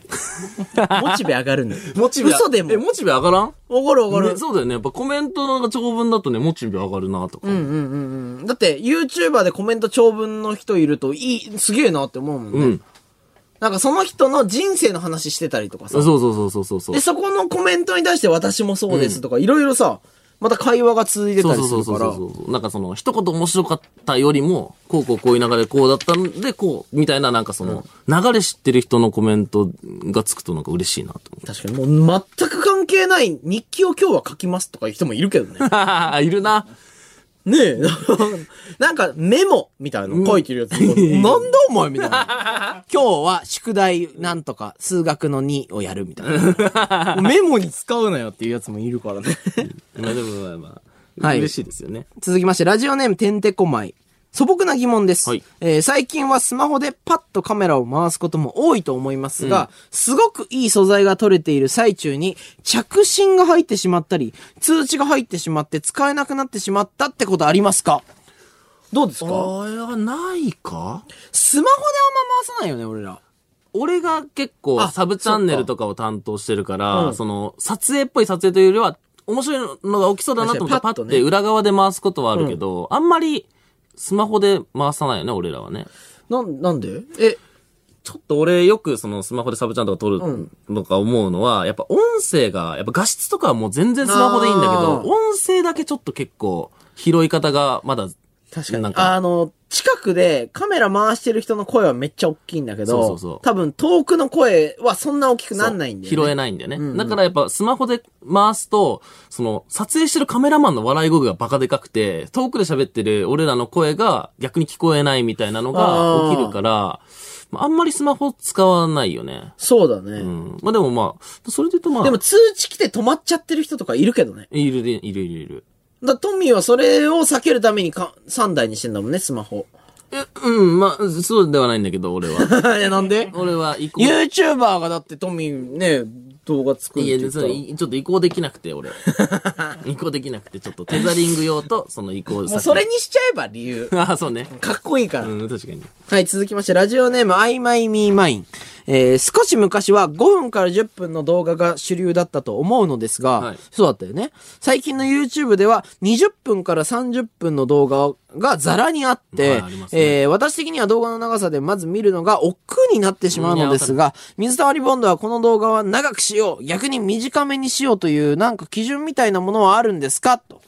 い。モチベ上がるんで。嘘でも
え、。モチベ上がらん
わかるわかる
ね。そうだよね。やっぱコメントなんか長文だとね、モチベ上がるなとか。うん。
うんだって、YouTuber でコメント長文の人いると、いい、すげえなって思うもんね。なんかその人の人生の話してたりとかさ
そう。そうそうそうそう。
で、そこのコメントに対して私もそうですとか、いろいろさ、また会話が続いて
そ
た
う
りす
そう
る
そう
か
そ
ら
う。そうなんかその、一言面白かったよりも、こうこうこういう流れ、こうだったんで、こう、みたいな、なんかその、流れ知ってる人のコメントがつくとなんか嬉しいなと思
確かにもう全く関係ない日記を今日は書きますとかいう人 もいるけど ね。
う。いるな。
ねえ。 なんかメモみたいなの書いてるやつ。 なんだお前みたいな。今日は宿題なんとか数学の2をやるみた いな。メモに使うなよっていうやつもいるからね。
まあでもまあまあ、
はい
嬉しいですよね。
続きまして、ラジオネームてんてこまい。素朴な疑問です、
はい
えー最近はスマホでパッとカメラを回すことも多いと思いますが、すごくいい素材が撮れている最中に着信が入ってしまったり、通知が入ってしまって使えなくなってしまったってことありますかどうです
あ
か
れはないか
スマホであんま回さないよね、俺ら。
俺が結構
あ
サブチャンネルとかを担当してるから、その、撮影っぽい撮影というよりは、面白いのが起きそうだなと思って
確か
パ
にパッと
ッ
ね
て裏側で回すことはあるけど、あんまりスマホで回さないよね、俺らはね。
なん、なんでえ、
ちょっと俺よくそのスマホでサブチャンとか撮るのか思うのは、やっぱ音声が、やっぱ画質とかはもう全然スマホでいいんだけど、
あー
音声だけちょっと結構拾い方がまだ、
確かに。
なんか
あの、近くでカメラ回してる人の声はめっちゃ大きいんだけど、
そうそうそう
多分遠くの声はそんな大きくなんないんだよ、ね。
拾えないんだよね。だからやっぱスマホで回すと、その撮影してるカメラマンの笑い声がバカでかくて、遠くで喋ってる俺らの声が逆に聞こえないみたいなのが起きるから、まああんまりスマホ使わないよね。
そうだね。
うん。まあでもまあ、それで言うとまあ、
でも通知来て止まっちゃってる人とかいるけどね。
いるで、いるいるいる。
だトミーはそれを避けるためにか3台にしてんだもんね、スマ ホ。
え、うん、まあ、 そうではないんだけど、俺は。
いや、なんで
俺は移行。
?YouTuber がだってトミーね、動画作るっ
い
て
や、
言った
そ
ら
ういちょっと移行できなくて、俺。移行できなくて、ちょっとテザリング用と、その移行先
もうそれにしちゃえば理由。
ああ、そうね。
かっこいいから。
うん、確かに。
はい、続きまして、ラジオネーム、アイマイミーマイン。えー、少し昔は5分から10分の動画が主流だったと思うのですが、
はい
そうだったよね。最近の YouTube では20分から30分の動画がザラにあって、
はいありますね
えー、私的には動画の長さでまず見るのが億劫になってしまうのですが、水溜りボンドはこの動画は長くしよう、逆に短めにしようというなんか基準みたいなものはあるんですかと。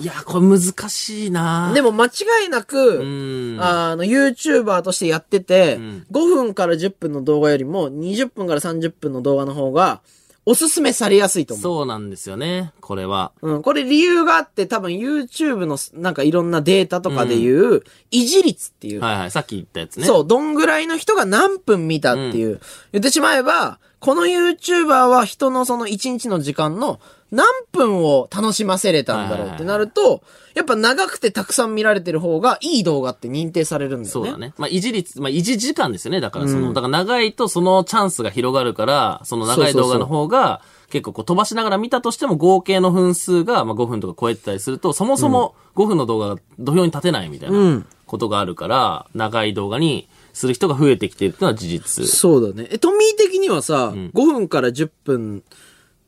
いや、これ難しいな
で
も、
も間違いなく、
うん。
あの、YouTuber としてやってて、
ん
5分から10分の動画よりも、20分から30分の動画の方が、おすすめされやすいと思う。
そうなんですよね、これは。
うん、これ理由があって、多分 YouTube のす、なんかいろんなデータとかで言う、維持率っていう、
はいはい、さっき言ったやつね。う。
そう、どんぐらいの人が何分見たっていう、言ってしまえば、この YouTuber は人のその1日の時間の何分を楽しませれたんだろうってなると、やっぱ長くてたくさん見られてる方がいい動画って認定されるんだよね。
そうだね。まあ、維持率、まあ、維持時間ですよね。だから、その、だから長いとそのチャンスが広がるから、その長い動画の方が、結構こう飛ばしながら見たとしても合計の分数が、まあ、5分とか超えてたりすると、そもそも5分の動画が土俵に立てないみたいなことがあるから、長い動画にする人が増えてきてるっていうのは事実。
そうだね。え、トミー的にはさ、5分から10分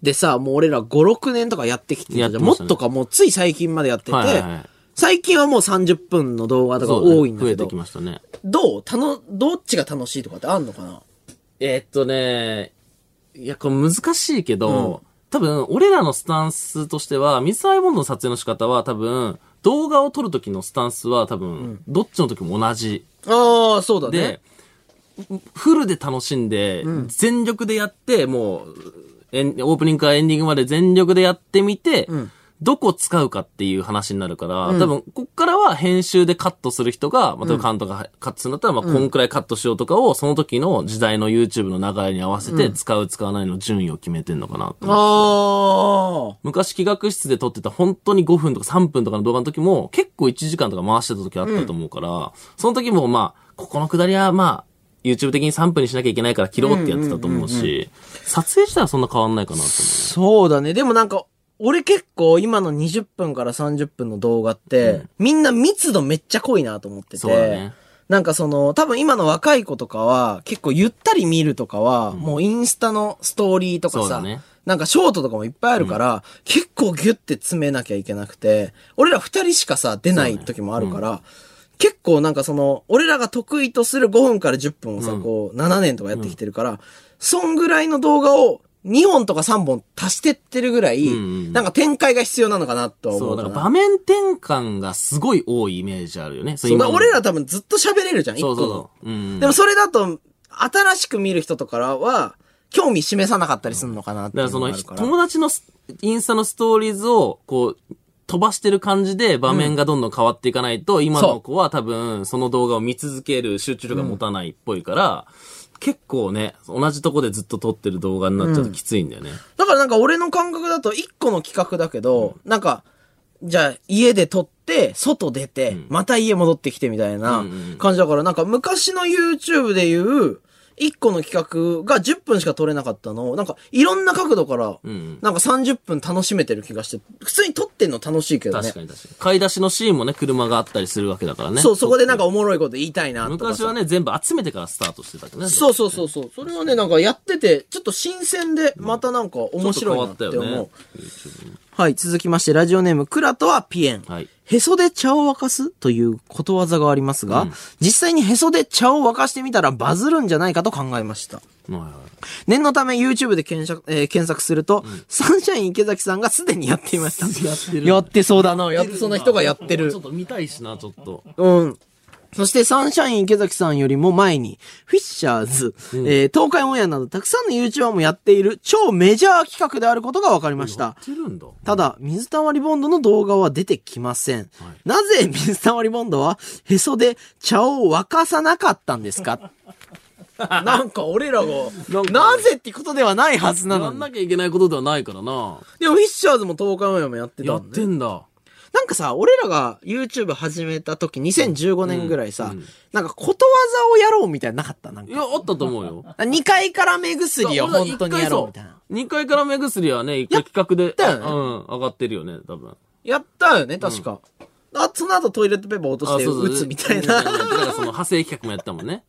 でさ、もう俺ら5、6年とかやってきてたじゃ
や
ん。
って
も
ま
っ
したね
とかもうつい最近までやってて、
はいはいはい
最近はもう30分の動画とか
そうだね
多いんだ
増
け
え
ど、
てきましたね。
どうたの、どっちが楽しいとかってあんのかな
えーっとね、いや、これ難しいけど、多分、俺らのスタンスとしては、ミス・アイボンドの撮影の仕方は多分、動画を撮る時のスタンスは多分、どっちの時も同じ。
ああ、そうだね
で。、フルで楽しんで、全力でやって、もう、エンオープニングからエンディングまで全力でやってみて、どこ使うかっていう話になるから、多分、こっからは編集でカットする人が、まあ、例えば監督がカットするんだったら、まあ、こんくらいカットしようとかを、その時の時代の YouTube の流れに合わせて、使う、使わないの順位を決めてんのかなと思う
ああ。
昔企画室で撮ってた本当に5分とか3分とかの動画の時も結構1時間とか回してた時あったと思うから、その時もまあ、ここの下りはまあ、YouTube 的に3分にしなきゃいけないから切ろうってやってたと思うし、撮影自体はそんな変わんないかなと思
そうだね。でもなんか、俺結構今の20分から30分の動画って、みんな密度めっちゃ濃いなと思ってて。
そうだね
なんかその、多分今の若い子とかは、結構ゆったり見るとかは、もうインスタのストーリーとか
そう
さ、
だね
なんかショートとかもいっぱいあるから、結構ギュって詰めなきゃいけなくて、俺ら二人しかさ、出ない時もあるから、結構なんかその、俺らが得意とする5分から10分をさ、こう、7年とかやってきてるから、そんぐらいの動画を2本とか3本足してってるぐらい、
んうん
なんか展開が必要なのかなとは
う。
思
そうう、だ
か
から
な。
場面転換がすごい多いイメージあるよね。そ
そうだから俺ら
と
多分ずっと喋れるじゃん、一個
そ
の。
うそうそう。うん。
でもそれだと、新しく見る人とかからは、興味示さなかったりするのかなってい
だから
う
そ
のがあ
の、
るから。
友達のスインスタのストーリーズを、こう、飛ばしてる感じで場面がどんどん変わっていかないと、今の子は多分、その動画を見続ける集中力が持たないっぽいから、結構ね、同じとこでずっと撮ってる動画になっちゃうときついんだよね。
だからなんか俺の感覚だと一個の企画だけど、なんか、じゃあ家で撮って、外出て、また家戻ってきてみたいな
うんうん
感じだから、なんか昔の YouTube で言う、一個の企画が10分しか撮れなかったのを、なんかいろんな角度から、
ん
なんか30分楽しめてる気がして、普通に撮ってんの楽しいけどね
確。かに確かに。買い出しのシーンもね、車があったりするわけだからね。
そう、そこでなんかおもろいこと言いたいなとかさ。
昔はね、全部集めてからスタートしてたけどね。
そうそうそうそう。それはね、なんかやってて、ちょっと新鮮で、またなんか面白いなって
ち
思
ょっと変
う。
わっ
はい、続きまして、ラジオネーム、クラとはピエン。
はい
へそで茶を沸かすということわざがありますが、実際にへそで茶を沸かしてみたらバズるんじゃないかと考えました。
はいはい
念のため YouTube で検索,、えー検索すると、サンシャイン池崎さんがすでにやっていました。
やってる
やってそうだな。やってそうな人がやってる
ちょっ。と見たいしな、ちょっと。
うん。そしてサンシャイン池崎さんよりも前に、フィッシャーズ、えー東海オンエアなどたくさんの YouTuber もやっている超メジャー企画であることが分かりまし
や
た。
ってるんだ。
ただ、水溜りボンドの動画は出てきません。なぜ水溜りボンドはへそで茶を沸かさなかったんですか なんか俺らが、なぜってことではないはずな
や
の
ん
に。
なきゃいけないことではないからな。
でもフィッシャーズも東海オンエアもやってた
や
も
っ
んね
てんだ。
なんかさ、俺らが YouTube 始めた時2015年ぐらいさ、
うんうん
なんかことわざをやろうみたいなのなかったなん
い
か。
や、あったと思うよ。
2階から目薬を本当にやろうみたいな。。
2回から目薬はね、一回企画で、
やったよね
うん、上がってるよね、多分。
やったよね、確か。あ、その後トイレットペーパー落として打つみたいな。
だからその派生企画もやったも んね。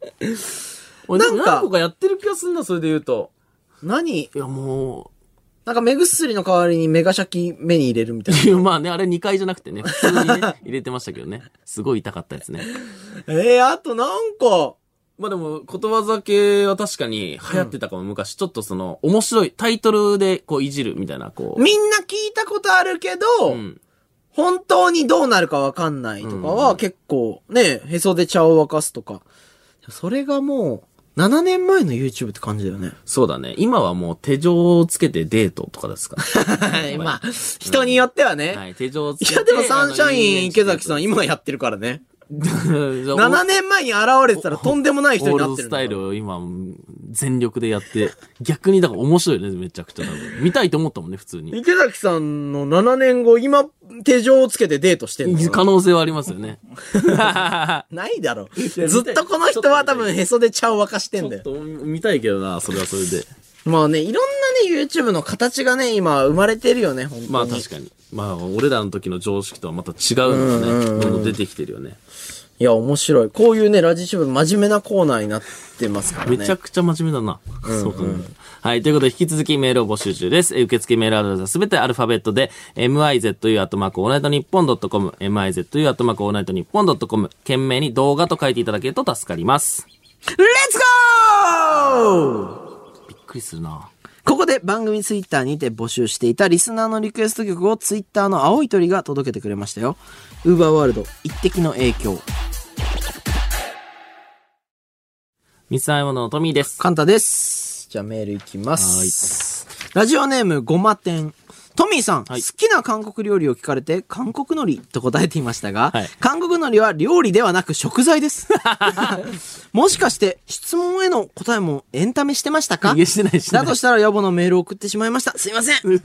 俺
なんか
何個かやってる気がすんな、それで言うと。
何
いや、も、
なんか目薬の代わりにメガシャキ目に入れるみたいう
いや まあね、あれ2回じゃなくてね、普通 にね、入れてましたけどね。すごい痛かったですね。
な。 えー、あとなんか、
まあでも、ことわざ系は確かに流行ってたかも、昔。ちょっとその、面白い、タイトルでこういじるみたいな、こう。
みんな聞いたことあるけど、
うん。
本当にどうなるかわかんないとかは結構ね、へそで茶を沸かすとか。それがもう、7年前の YouTube って感じだよね。
そうだね。今はもう手錠をつけてデートとかで すか、
はい、まあ、人によってはね。
ね、
い、
はい、手錠をつけて。
や、でもサンシャイン池崎 さん
今、
今やってるからね。7
7
年前に現れてたらとんでもない人になってるん
オールドスタ
だ
イ
から。
ルを今、全力でやって、逆にだから面白いね、めちゃくちゃ多分。見たいと思ったもんね、普通に。
池崎さんの7年後、今、手錠をつけてデートしてんの
可能性はありますよね。
ないだろ。
や
ずっとこの人は多分へそで茶を沸かして
ち
ん
ょ
だ
っ
よ。
と見たいけどな、それはそれで。
まあね、いろんなね、YouTube の形がね、今生まれてるよね、本当に。
まあ確かに。まあ、俺らの時の常識とはまた違うのがね、どんどん出てきてるよね。
いや、面白い。こういうね、ラジシブ真面目なコーナーになってますからね。
めちゃくちゃ真面目だな。そうか、はい。ということで、引き続きメールを募集中です。えー受付メールアドレスはすべてアルファベットで、mizu.allnightnippon.com、mizu.allnightnippon.com、懸命に動画と書いていただけると助かります。
レッツゴー
びっくりするな。
ここで番組ツイッターにて募集していたリスナーのリクエスト曲をツイッターの青い鳥が届けてくれましたよ。ウーバーワールド、一滴の影響。
ミスアイモノのトミーです。
カンタです。じゃあメールいきます。ラジオネームごま天。トミーさん、
はい
好きな韓国料理を聞かれて、韓国海苔と答えていましたが、
はい
韓国海苔は料理ではなく食材です。 もしかして、質問への答えもエンタメしてましたか
いやしてないしてない
だとしたら野暮のメールを送ってしまいました。すいません。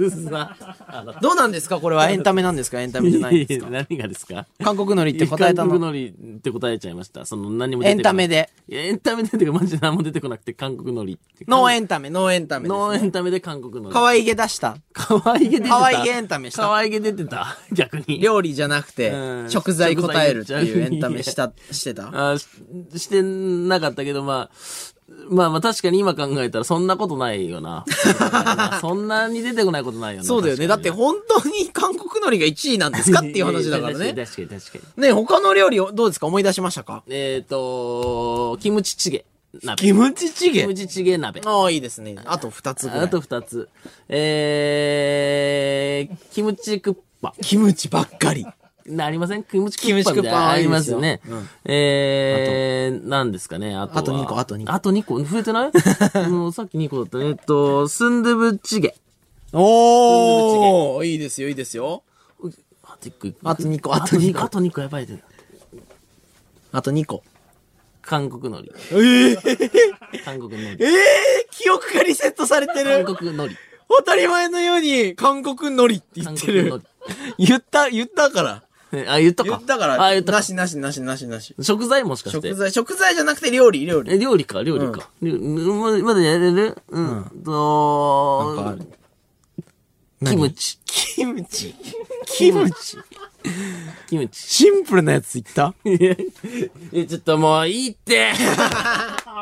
どうなんですかこれはエンタメなんですかエンタメじゃないんですか
何がですか
韓国海苔って答えた
韓
の。
国海苔って答えちゃいました。その何も出
エ
てこない
ンタメ。で。
いやエンタメでっていうか、マジで何も出てこなくて、韓国海苔って。
ノーエンタメ、ノーエンタメです。
ノーエンタメで韓国海苔。
可愛げ出した。
可愛げ出てた。
可愛げエンタメした
可愛げ出てた。 逆に。
料理じゃなくて
う、ん
食材答えるって
食
いうエ
材
ンタメした、 してた。
あーししてなかったけど、まあ、まあまあ確かに今考えたらそんなことない よな。そんなに出てこないことないよな。
そうだよね。だって
確
本当に韓国海苔が1位なんですかっ
か
て
に
いう話だから
いやいや
ね。
確かに確かに。
ね他の料理をどうですか思い出しましたか
えっ、ー、と、キムチチゲ鍋。
キムチチ
キ
ゲ
ムチチゲ鍋。
ああ、いいですね。あと2つぐらい。
あと二つ。えー、キムチクッパ。
キムチばっかり。
なりませんキムチク
キム
ッ
チ
パ
ク
み
ッパ
たいなのあります
あ
よ
り
ね。
ますようん
えー、何ですかねあとは
あと二個あと二個
あと2個増え てないもうさっき2個だったね。えっと、スンドゥブチゲ。
おーいいですよ、いいですよ。
あと1個いく
あと二個
あと2個。
あ
あと2個やばいで。
あと2個。
韓国海苔。韓国海
え
苔。
え記憶がリセットされて
韓
る。
国海苔。
当たり前のように、韓国海苔って言ってる
韓。
言った、言ったから。
えあ、言ったか。
言ったから。
あ、言ったか
な。しなしなしなしなし。
食材もしかして。
食材、食材じゃなくて料理、料理。
え、料理か、料理か。料うんままだやれるうん。とキムチ。
キムチ。キムチ。
キムチ。
シンプルなやついった
え、ちょっともういいって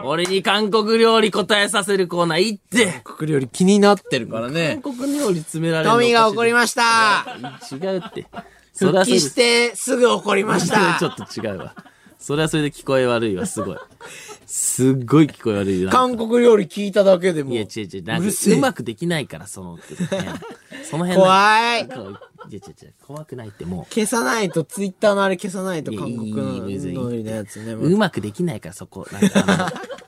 俺に韓国料理答えさせるコーナーいいって
国料理気になってるからね
韓。国料理詰められるの
トミーが怒り
ま
ました。
す。違うって。それ
復
はそ
帰
れで
してすぐ怒りまし
ちょ
た。
っと違うわ。それはそれで聞こえ悪いわ、すごい。すっごい聞こえ悪いな。
韓国料理聞いただけでも
いや、違う違う。なん
う
か
るせえ
うまくできないから、その、ねその辺の
怖い。
こういや違う違う。怖くないってもう。
消さないと、ツイッターのあれ消さないと、
いや
韓国
いいいいいい
の料理のやつね。
うまくできないから、そこ。なんかあの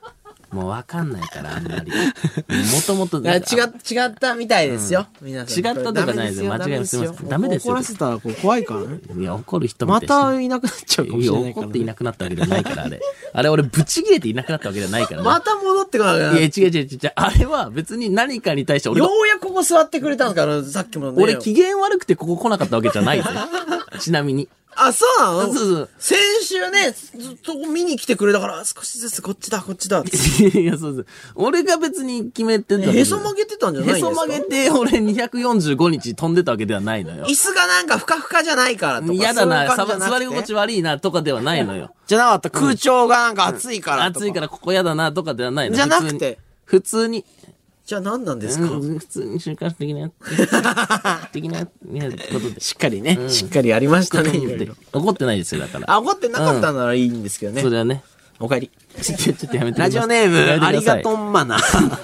もうわかんないから、あんまり。もともと、
違っ、違ったみたいですよ。皆さん。
違ったとかないですよ
これダメですよ
間違いありませ
ダ
んダ
メ
メ
で
ですす
よ。
よ
怒らせたらこう怖い からね。
いや、怒る人も
ま
いた
た
し
いなくなっちゃうかも
い
し
や、
れないか
怒
ら
って
ね、
いなくなったわけじゃないから、あれ。あれ、俺、ぶち切れていなくなったわけじゃないから ね。
また戻ってこなくなる
いや、違う違う違う。あれは別に何かに対して俺
よ
が、
うやくここ座ってくれたんですから、さっきもね。
俺機嫌悪くてここ来なかったわけ じゃないぜ。ちなみに。
あ、そうなの
そうそう
先週ね、ずっと見に来てくれたから、少しずつこっちだ、こっちだって。
いや、そうそう。俺が別に決めてたわけ
へ
じゃ
そ
ない
曲げてたんじゃないんですか
へそ曲げて、俺245日飛んでたわけではないのよ。
椅子がなんかふかふかじゃないからとか。
嫌だ
そういう
な
感じ
さば座り心地
じゃくて
悪いなとかではないのよ。
じゃなかった。空調がなんか暑いからとか。
暑いからここ嫌だなとかではないの
じゃなくて。
普通に。
じゃあ何なんですか、
うん普通に週刊誌的なやつ。的なやことで。
しっかりね、しっかりありましたね、いろいろ。
怒ってないですよ、だから。
あ、怒ってなかったならいいんですけどね。
それ はね。
おかえり。
ちょちょちょっとやめてくださ
ラ
い
ジオネーム、ありがと。んマナー。
やめてください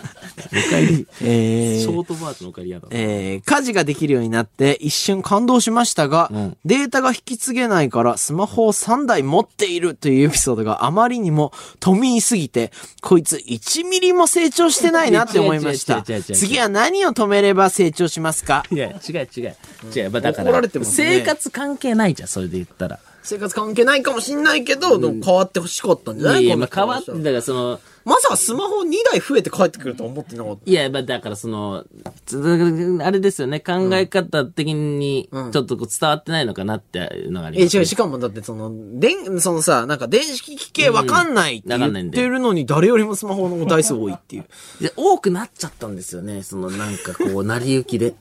おかえり。
えー
ショートバージョンおかえりやだ。
えー家事ができるようになって一瞬感動しましたが、
ん
データが引き継げないからスマホを3台持っているというエピソードがあまりにも富みすぎて、こいつ1ミリも成長してないなって思いました。
違う違う違う違う違う
次は何を止めれば成長しますか
いや、違う違う。違う、まあだか
怒ら
ら
れて、ますね
生活関係ないじゃん、それで言ったら。
生活関係ないかもしんないけど、でも変わってほしかったんじ
いやいや、まあ変わって、だからその、
まさかスマホ2台増えて帰ってくると思ってなかった。
いや、まあだからその、つあれですよね、考え方的に、ち
う
ょ
ん
っとこう伝わってないのかなっていうのがあり
え、
ます
違
ね。
う、しかもだってその、でそのさ、なんか電子機器系わかんないって
わかんない
言っ
んで
てるのに誰よりもスマホの台数多いっていう。
で多くなっちゃったんですよね、そのなんかこう、成り行きで。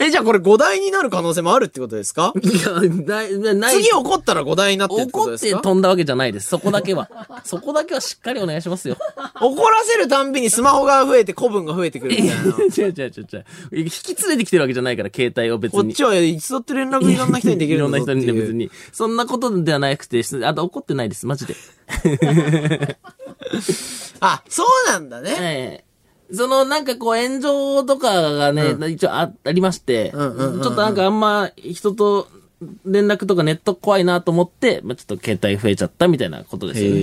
え、じゃあこれ5台になる可能性もあるってことですか
いや、ない、ない。
次怒ったら5台になってるってこと
怒
で
って
すか怒
飛んだわけじゃないです。そこだけは。そこだけはしっかりお願いしますよ。
らせるたんびにスマホが増えて古文が増えてくるみたいな。
違う違う違う違う。引き連れてきてるわけじゃないから、携帯を別
こっ
に
ち。はいつだって連絡いろんな人にでき
い
る
ろ
ん
ん
だ
な
ぞってい
人
う。
にね別に。そんなことではなくて、あと怒ってないです、マジで。
あ、そうなんだね。
ええ。その、なんかこう、炎上とかがね、一応あありまして、
んうんうんうん
ちょっとなんかあんま人と連絡とかネット怖いなと思って、まあ、ちょっと携帯増えちゃったみたいなことですよね。
へ
え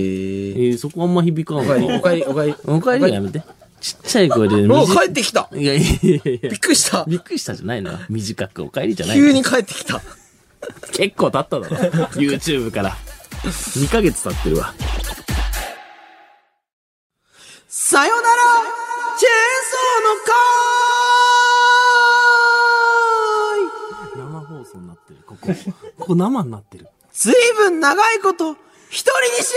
え。
えそこあんま響かん
おかえ
か
り、おかえり、おかえり。
おかえりはやめて。ちっちゃい声で。
お、
短い
帰ってきた
いやいやいやいや
びっ。くりした
びっくりしたじゃないのよ短くお帰りじゃないの
急に帰ってきた。
結構経っただろ YouTube から2ヶ月経ってるわ
さよならチェーンソーの会
生放送になってるここ ここ生に なってる
ずいぶん長いこと、一人にし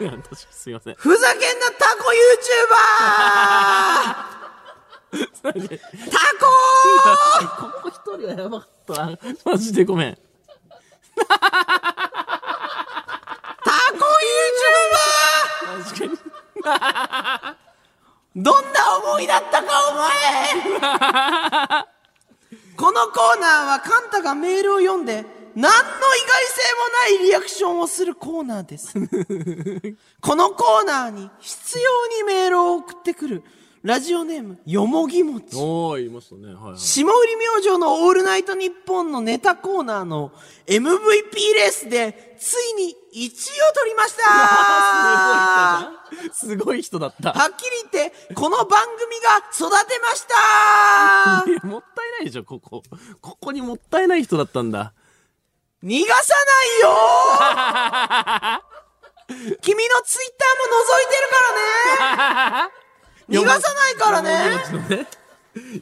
やがって
いや確かすいません
ふざけんなタコ YouTuber! タコ
ここ一人はやばかったなマジでごめん
タコ YouTuber!
確かに
どんな思いだったかお前このコーナーはカンタがメールを読んで何の意外性もないリアクションをするコーナーです。このコーナーに必要にメールを送ってくるラジオネームよもぎもち。
おーいましたねはい、はい、
霜降り明星のオールナイトニッポンのネタコーナーの MVP レースでついに1位を取りましたは
すごい人だった
っきり言って、この番組が育てました
いやもったいないでしょここここにもったいない人だったんだ
逃がさないよ君のツイッターも覗いてるからね逃がさないからね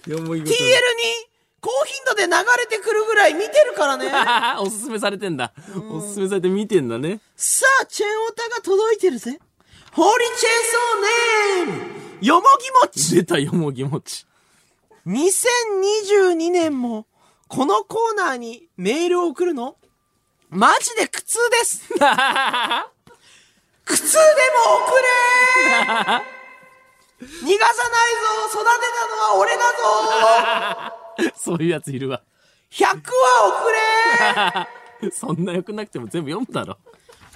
よも
TL
ぎご
に
と
高頻度で流れてくるぐらい見てるからね
おすすめされてんだおすすめされて見てんだね
さあ、チェーンオタが届いてるぜ。ホーリーチェーンソーネームよもぎもち
出たよもぎもち
!2022 年も、このコーナーにメールを送るの、マジで苦痛です苦痛でも送れー逃がさないぞ育てたのは俺だぞ
そういうやついるわ
!100 は送れ ー
そんな良くなくても全部読むだろ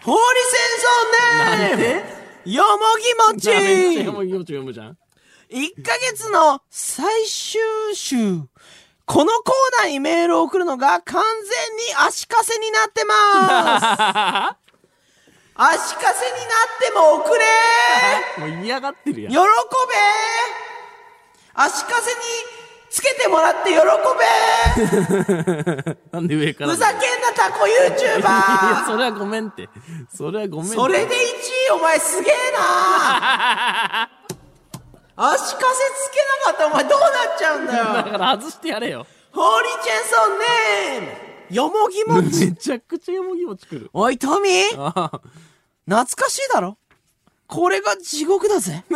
ホーリーチェーンソーネームよもぎもち
じゃあめっちゃよもぎもち読むじゃん
1ヶ月の最終週。このコーナーにメールを送るのが完全に足かせになってます。足かせになっても遅れ
もう嫌がってるやん。
喜べ足かせにつけてもらって喜べ
なんで上から
ふざけんなタコ YouTuber!
いや、それはごめんって。それはごめんって
それで1位お前すげえな足かせつけなかったらお前どうなっちゃうんだ
だ
よ
から外してやれよ。
ホーリーチェンソンネームよもぎもち
めちゃくちゃよもぎ餅くる。
おい、トミー
ああ
懐かしいだろこれが地獄だぜ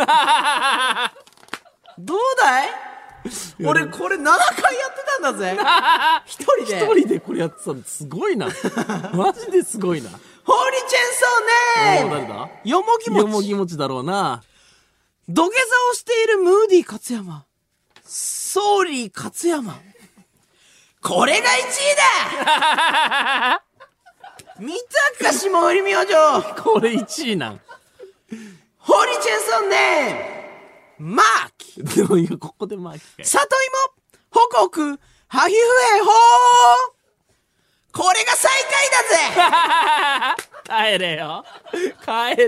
どうだい俺これ7回やってたんだぜ 一人で
一人でこれやってたのすごい な。マジですごいな。も
ホーリーチェンソンネ
う
ー
誰だ
ムよもぎ
よも
も
ぎ
ち
餅だろうな。
土下座をしているムーディ勝山。ソーリー勝山。これが1位だ 三鷹下売り明星、
これ1位なん。
ホーリーチェンソンネーム、マーキ
でも今ここでマーキか
里芋、ホコク、ハヒフヘホーこれが最下位だぜ
い。帰れよ。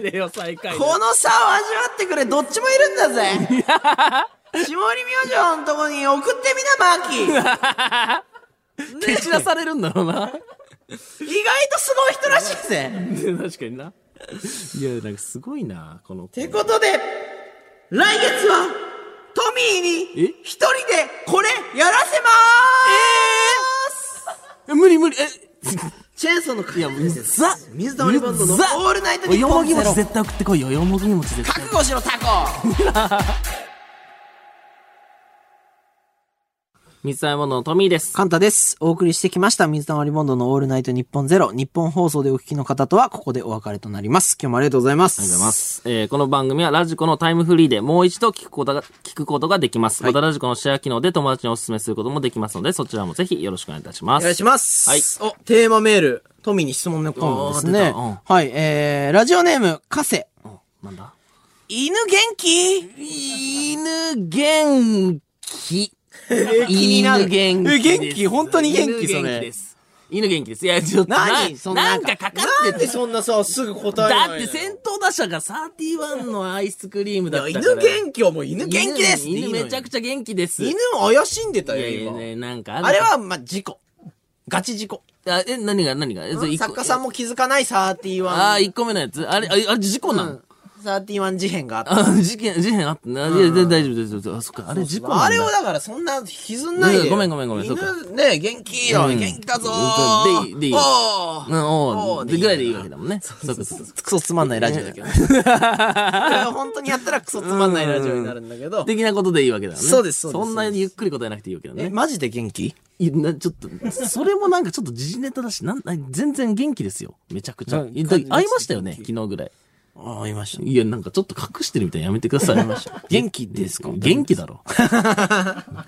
帰れよ、最下位だ。
この差を味わってくれ、どっちもいるんだぜ下売り明星のとこに送ってみな、マーキ
蹴散らされるんだろうな。
意外とすごい人らしいぜ
で確かにな。いや、なんかすごいな、この子。
てことで、来月は、トミーに
え、
一人でこれ、やらせまーす、
え無理無理、 え、
チェーンソーの会
いや、うざ
水溜りボンドの
うざ
オールナイトニッポンゼロ
よもぎ餅絶対送ってこいよ、よもぎ餅絶対。
覚悟しろ、タコ
水溜りボンドのトミーです。
カンタです。お送りしてきました、水溜りボンドのオールナイト日本ゼロ。日本放送でお聞きの方とは、ここでお別れとなります。今日もありがとうございます。
ありがとうございま。す。えーこの番組はラジコのタイムフリーでもう一度聞くことが、聞くことができます。またラジコのシェア機能で友達にお勧めすることもできますので、そちらもぜひよろしくお願いいたしま
お
す。
願いします。
はい
お、テーマメール、トミーに質問のコーナーです
あー
ね
出。たうん
はい、えー、ラジオネーム、カセ。
うんなんだ
犬元気
犬元気。
犬
犬
元気
です
元気本当に元気それ
犬元気です。犬元気です。いや、ちょっとな、
何そんな
なんかかかって
なんで
て
そんなさ、すぐ答えない
だ
の
っ
よ
て先頭打者が31のアイスクリームだっ
いや
たから。
犬元気はもう犬元気ですっていい
犬
のよ
めちゃくちゃ元気です。
犬も怪しんでた
い
よ、
やいや
今。
ね、なんか
あれは、まあ、事故。ガチ事故。
あ、え、何が何がえそれ一個
作家さんも気づかない31。
ああ、1個目のやつあれ、あれ、あれ事故なの、
31事変があった。
あ、事件、事件あったな。いや、で大丈夫、大丈夫大丈夫。あ、そっか、あれ事故なんだ。
あれをだからそんな歪んないでよ。
ごめんごめんごめんそっか
犬ね、元気よ、
うん
元気だぞ
でいいでいい
お
うん、
ー
お
お
お
う
で、ぐらいでいいわけだもん ね。そうそうそう。
クソつまんないラジオだけど。これを 本当にやったらクソつまんないラジオになるんだけど。
的なことでいいわけだもんね。
そうですそうです
そんなにゆっくり答えなくていいわけだ
え、
ね。
マジで元気
いやなちょっと、それもなんかちょっと時事ネタだし、なん、な全然元気ですよ。めちゃくちゃ。いやだ会いましたよね、昨日ぐらい。
ああ、いました。
いや、なんかちょっと隠してるみたいなのやめてください。
元気ですか
元気 だろ。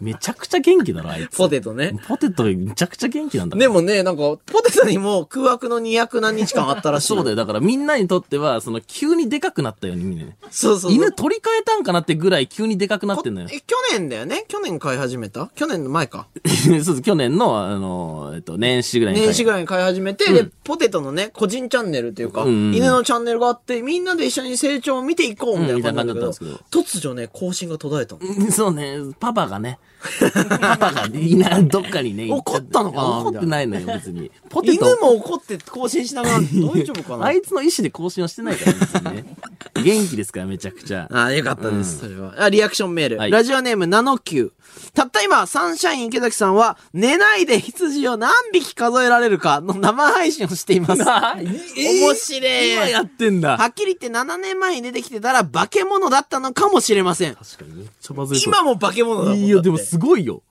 めちゃくちゃ元気だろ、あいつ。
ポテトね。
ポテトめちゃくちゃ元気なんだか
で
ら
もね、なんか、ポテトにも空白の200何日間あったらしい。
そうだよ。だからみんなにとっては、その急にでかくなったように見えるね。
そうそうそう。
犬取り替えたんかなってぐらい急にでかくなってんのよ。
え、去年だよね去年飼い始めた去年の前か。
そうです。去年の、あの、えっと、年始ぐらいに。
年始ぐらいに飼い始めて、で、ポテトのね、個人チャンネルというか、
うんうんうん
犬のチャンネルがあって、みんなで一緒に成長を見ていこうみたいな感じだった
うんみ
ん
たい
で
な
す
感
けど、突如ね、更新が途絶えたの。
うんそうね、パパがね、 パパがいない、どっか にね、行ちゃ
怒ったのかな
怒ってないのよ、別に。ポテ
犬
ト。
も怒って更新しながら、大丈夫かな
あいつの意思で更新はしてないから、別にね。 元気ですから、めちゃくちゃ。
ああ、よかったです、それは。あ、リアクションメール。
はい
ラジオネーム、ナノキュー。たった今、サンシャイン池崎さんは、寝ないで羊を何匹数えられるかの生配信をしてい ます。面白い。
今やってんだ。
はっきり言って7年前に出てきてたら化け物だったのかもしれません。
確かにめっちゃバズりそう。
今も化け物だもん
いや、でも
だって
すごいよ。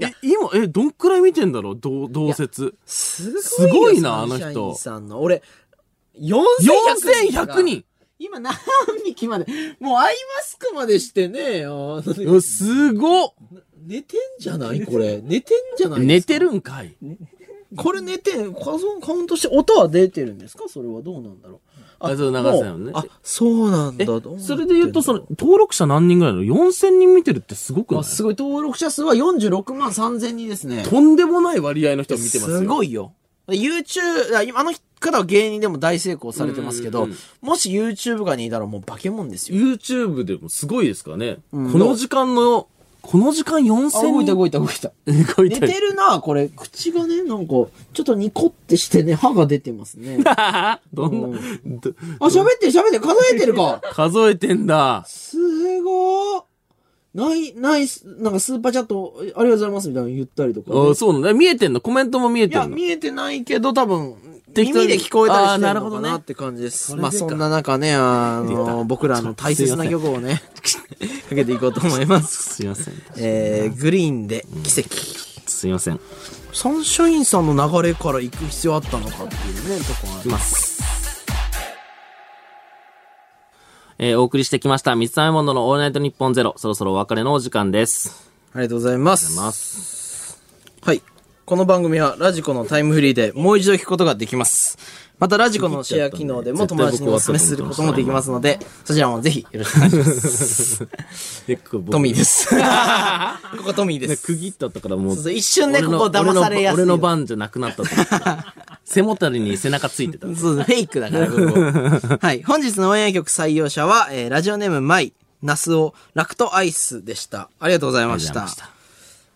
え、今、え、どんくらい見てんだろう同、同説。
すごいよ
すごいなあの人
サンシャインさんの。俺、4100人だから
4100人
今何匹まで、もうアイマスクまでしてねよ。
うわすごっ
寝てんじゃないこれ。寝てんじゃない
寝てるんかい
これ寝てん、カウンカウントして音は出てるんですかそれはどうなんだろう。
あ、そう、流せないのね。
あ、そうなんだ。
え
どうなってんだ
それで言うと、その、登録者何人ぐらいなの ?4000 人見てるってすごくな
あ
い
すごい、登録者数は46万3000人ですね。
とんでもない割合の人が見てますよ。
すごいよ。YouTube、あ今あの人方は芸人でも大成功されてますけど、
うんうんうん
もし YouTube がにいたらもう化け物ですよ。
YouTube でもすごいですからね。
うん
この時間の、この時間4000人。
あ、動いた動いた動いた。
動い
寝
た。
てるな、これ。口がね、なんか、ちょっとニコってしてね、歯が出てますね。あ、
どんな
う、
ど
喋ってる喋ってる数えてる か
数えてんだ。
すごーない、ない、なんかスーパーチャット、ありがとうございますみたいなの言ったりとか、
あそうなんだ。見えてんのコメントも見え
い
てん
や、
の
見えてないけど、多分、
適当に
耳で聞こえたりしてる
あーなる
の
ほ
か
どね
なって感じです。
それで
まあ、
か
そんな中ね、あ
出
の、
た
僕らの大切な曲をね、 かけていこうと思い ます。
すいません。
えー、グリーンで奇跡。
すいません。い
サンシャインさんの流れから行く必要あったのかっていうね、とこはあ
き
り
ます。えーお送りしてきました。三つ編みモンドのオールナイトニッポンゼロ。そろそろお別れのお時間です。
ありがとうございます。
ありがとうございます。
はい。この番組はラジコのタイムフリーでもう一度聞くことができます。またラジコのシェア機能でも友達にお勧めすることもできますので、そちらもぜひよろしくお願いします。トミー です。ここトミーで
ね、
す。
区切ったとからもう
そうそう一瞬ね、ここ騙されやすい。
俺の俺の番じゃなくなったと思った。背もたれに背中ついてた。
そうですフェイクだから、ここはい。本日のオンエア曲採用者は、えーラジオネームマイ、ナスオ、ラクトアイスでした。ありがとうございました。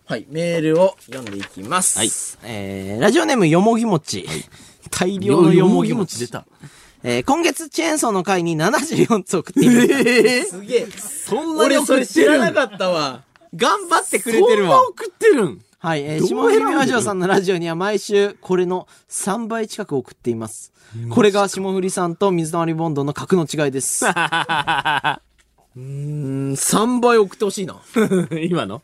はい。メールを読んでいきます。
はい
えーラジオネームよもぎもち。大量のよもぎもち。
出た。
えー今月チェーンソーの回に74つ送っていました。えすげえ。
そんな
俺
に
そ
送
れ
って
知
る
ら
ん
なかったわ。頑張ってくれて
そ
る
んな
わ。
送ってるん
はい、え
ど
ー、
う
下振り
選んでる
明星さんのラジオには毎週これの3倍近く送っています。これが下振りさんと水溜りボンドの格の違い です。うーん、3倍送ってほしいな。
今の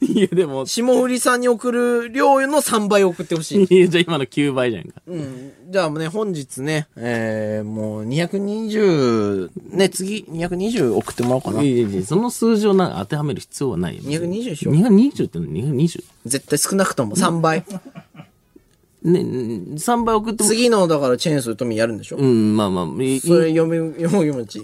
いや、でも、
下振りさんに送る量の3倍送ってほしい。
いやじゃあ今の9倍じゃんか。。
うん。じゃあもうね、本日ね、えー、もう220、ね、次220送ってもらおうかない
やいやいやその数字をなんか当てはめる必要はないよ。
220でしょ
220って何 ?220?
絶対少なくとも3倍。
ね、3倍送っても、
次の、だからチェーンソーとみやるんでしょ
うん、まあまあ、いい
それ読み、読み持ち。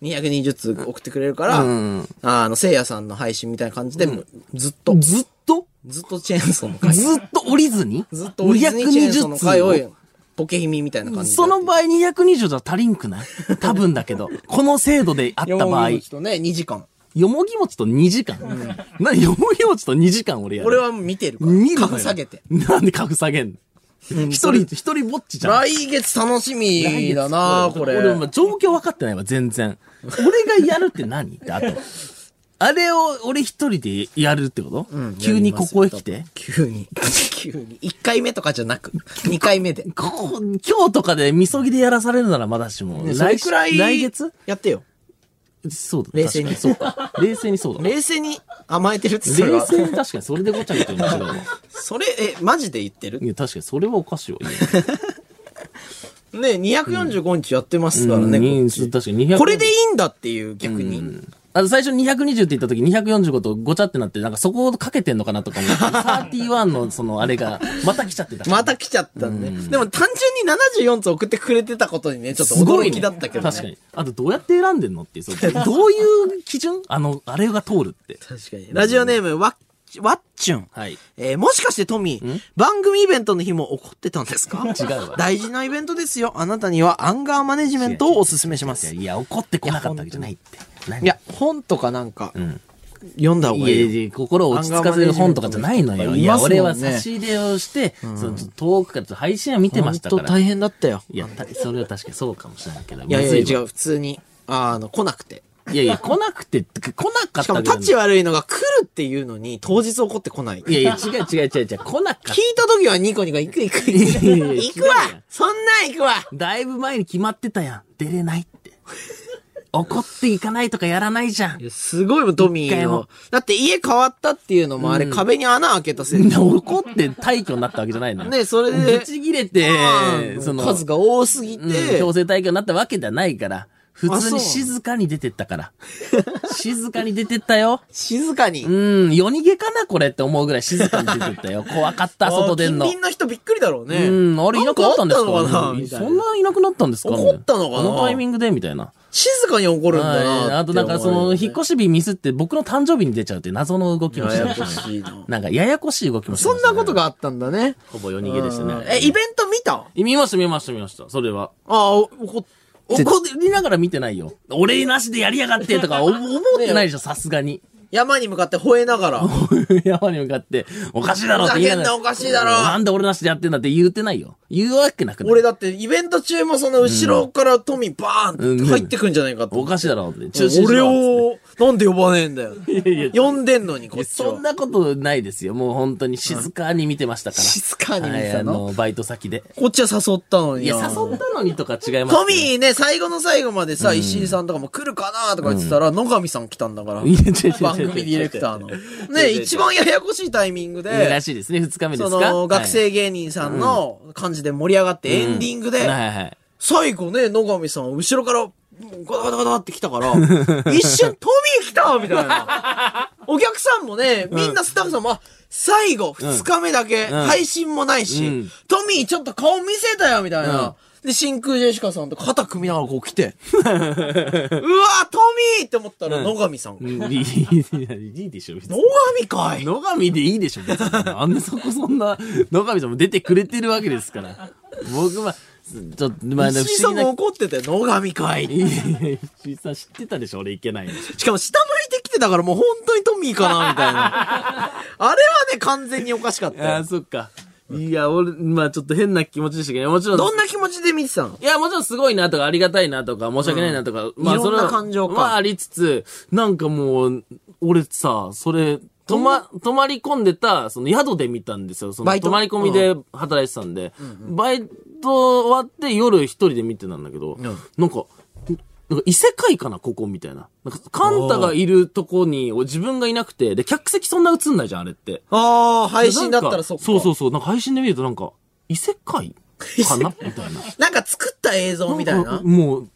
220通送ってくれるから、
うん
あの、せいやさんの配信みたいな感じで、もうずっと、
ずっと
ずっとチェーンソーの回。
ずっと降りずに
ずっとオリジナルチェーンソーの回
220
を、ポケヒミみたいな感じで。
その場合220じゃ足りんくない多分だけど。この制度であった場
読
合、
み持ちとね、2時間。
よもぎ餅と2時間。な、よもぎ餅と2時間俺やる。
俺はもう見てるから。
見るのよ
格下げて。。
なんで格下げんの一人、一人ぼっちじゃん。
来月楽しみだなこれ。
俺、まあ状況分かってないわ、全然。俺がやるって何って、あと。あれを俺一人でやるってこと、急にここへ来て。
急に。 急に。1回目とかじゃなく、2回目で。
ここ、今日とかで、みそぎでやらされるならまだしも。
それ
来
くらい、
来月
やってよ。
そうだ。
冷静に
確かそうだ。冷静にそうだ。冷
冷静に甘えてるってそれは。
静に確かにそれでごちゃごちゃ言うの違うわ。
それ、え、マジで言ってる
いや、確かにそれはおかしいわ。今
ね245日やってますからね、
うん
こっち
確かに200
これでいいんだっていう、逆に。
あの、最初220って言った時245とごちゃってなって、なんかそこをかけてんのかなとかも、31のそのあれが、また来ちゃってた。
また来ちゃったんで。でも単純に74つ送ってくれてたことにね、ちょっと
すごい
驚
ね
きだったけどね。
確かに。あとどうやって選んでんのっていう、そのどういう基準あの、あれが通るって。
確かに。ラジオネーム、わっ、わっちゅん。
はい。
えーもしかしてトミー、番組イベントの日も怒ってたんですか
違うわ
大事なイベントですよ。あなたにはアンガーマネジメントをお勧めしま
いや、
す。い
いや怒ってこなかったわけじゃないって。何
や、本とかなんか、読んだ方
い
が
や
いいよ。
いや、心を落ち着かせる本とかじゃないのよ。
い
い
ま
や、
すもんね
俺は差し入れをして、その遠くからちょっと配信は見てま
本
したか
当
ら。
大変だったよ。
いや、たそれは確かにそうかもしれないけど。
いやいや
むず
違
わ
う、普通に。あの、来なくて。
いやいや、来なくて、来なかった
しかも、タッチ悪いのが来るっていうのに、当日怒ってこない。
い
聞
や
い
いや、違う違う違う違う、来なかった。
た時はニコニコ行く行く行く。
いやいや
行くわ
違うよ
そんなん行くわ
だいぶ前に決まってたやん。出れない って。怒っていかないとかやらないじゃん
い。やすごいもん、トミ
一
ー
回
の
も。
だって家変わったっていうのもあれ、壁に穴開けたせいで。
怒って退去になったわけじゃないのよ。
ね、それ
ぶ
で、
ち切れて、その、
数が多すぎ
うん
て、
強制退去になったわけじゃないから。普
あ
通
そう
に静かに出てったから。 静かに出てったよ。
静か
う
に。
ん、夜逃げかなこれって思うぐらい静かに出てっ たよ。怖かった、外出んの。
近隣の人びっくりだろうね。
うん、あれいなくなったんですか
なんかあったのかなみたいな
そんないなくなったんですか
怒ったのかな
このタイミングでみたいな。
静かに怒るんだ
はい
な。
あとなんかその、引っ
し
越し日ミスって僕の誕生日に出ちゃうっていう謎の動きを
や
して
や
ま
こ
したね。
しいな。
なんかややこしい動きもして
そ
ま
ん
したね
なこと。があったんだね。
ほぼ夜逃げでした
うん
ね。
え、イベント見たあ
見ました見ました見ました。それは。
あ、お怒っ
怒りながら見てないよ。俺なしでやりやがってとか思思ってないでしょ、さすがに。
山に向かって吠えながら。
山に向かって、おかしいだろって言いな
ふざけん
がら。
なおかしいだろ
なんで俺なしでやってんだって言ってないよ。言うわけなくない。
俺だってイベント中もその後ろから富バーンって入ってくんじゃないか
お
と。
かしいだろって。中止しろっつっ
俺
て
を、なんで呼ばねえんだよ。
いや
呼んでんのに、こっち
そん
は。
なことないですよ。もう本当に静かに見てましたから。
静かに見てたの
はいあの、バイト先で。
こっちは誘ったのに
いや、
な。
誘ったのにとか違います
トミーね、最後の最後までさ、石井さんとかも来るかなとか言ってたら、野上さん来たんだから。
いや違う違う違う
番組ディレクターの。ね、
違う
一番ややこしいタイミング
ねら
で、
しいですね。二日目で
そ
すか
の、学生芸人さんの感じで盛り上がって、エンディング
はい
で、
はいはい。
最後ね、野上さん後ろから、ガタガタガタって来た から、一瞬トミー来たみたいな。お客さんもね、みんなスタッフさんも、あ最後、二日目だけ、
ん
配信もないし、
うん
トミーちょっと顔見せたよみたいな。
うん
で、真空ジェシカさんと肩組みながらこう来 て、うわトミーって思ったら野上さん。野
うんいいいいいいでしょ、別に
上かい
野上でいいでしょ、別に。あんなそこそんな、野上さんも出てくれてるわけですから。僕は、ちょっと、まあ、不
石井さ
思
ん
議
も。
な
怒ってて、野上かい。
いやいや石井さん知ってたでしょ、俺いけないの。
しかも下向いてきてたからもう本当にトミーかなみたいな。 あれはね、完全におかしかった
あ
よ
あ、。そっか。いや、俺、まあちょっと変な気持ちでしたけど、もちろん。
どんな気持ちで見てたの
いや、もちろんすごいなとか、ありがたいなとか、申し訳ないなとか、まあ
いろんな
それは
感情か
まあありつつ、なんかもう、俺さ、それ、泊ま、泊まり込んでた、その宿で見たんですよ。そ
バ
の
イト
泊まり込みで働いてたんで、バイト終わって夜一人で見てたんだけど、なんか、なんか異世界かな、ここみたいな。なんか、カンタがいるとこに、お自分がいなくて、で、客席そんな映んないじゃん、あれって。
ああ、配
配
信だったらそっか。
そうそうそう。なんか配信で見るとなんか、異世界か なみたいな。
なんか作った映像みたいな。
もう、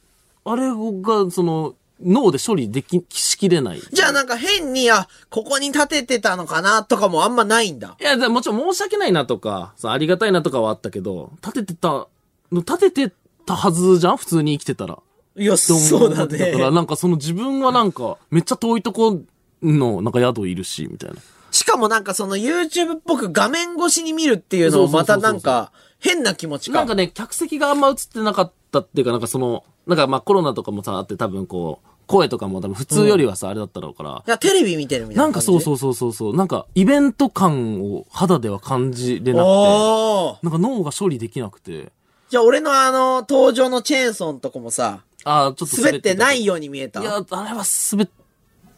あれが、その、脳で処理でき、しきれない。
じゃあなんか変に、あ、ここに立ててたのかなとかもあんまないんだ。
いや、だからもちろん申し訳ないなとか、そうありがたいなとかはあったけど、立ててた、立ててたはずじゃん普通に生きてたら。
いや、そうだ
だから、
ね。
なんかその自分はなんか、めっちゃ遠いとこの、なんか宿いるし、みたいな。
しかもなんかその YouTube っぽく画面越しに見るっていうのもまたなんか変な気持ち
な
か
んか。ね、客席があんま映ってなかったっていうか、なんかその、なんかまあコロナとかもさ、あって多分こう、声とかも多分普通よりはさ、あれだったろうから、
いや、テレビ見てるみたいな。。
なんかそうそううそうそうそう、なんかイベント感を肌では感じれなくて、
おー。
なんか脳が処理できなくて、
じゃあ俺のあの、登場のチェーンソンとかもさ、
ああ、ちょっと
滑ってないいように見えた。
いや、あれは滑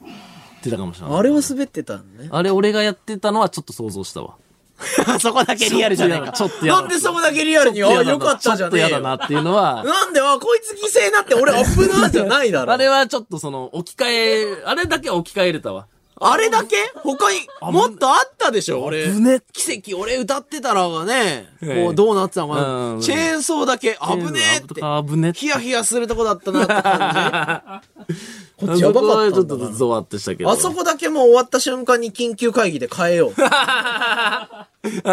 ってたかもしれない。
あれは滑ってたのね。
あれ俺がやってたのはちょっと想像したわ。
そこだけリアルじゃないか。
ちょっとやだ
なんでそこだけリアルに、あ、
ちょと嫌だな
よかったじゃねえよ
ちょっと嫌だなっていうのは、
なんで、あ、こいつ犠牲になって俺アップなーじゃないだろ。
あ
あ
れ
れ
はちょっとその、置き換え、あれだけは置き換えれたわ。
だけ他に、もっとあったでしょ俺。
ぶね
奇跡、俺歌ってたらがね、
ええ
こう、どうなってたのか
う
な。
ん
チェーンソーだけ、危ねえって。
あぶね
ヒヤヒヤするとこだったなって感 じ。こっち
そ
やば
こ
か
は
っ
ち
た
ょっ
んだ
と
な。
ゾワってしたけど。
あそこだけもう終わった瞬間に緊急会議で変えよう。
あ、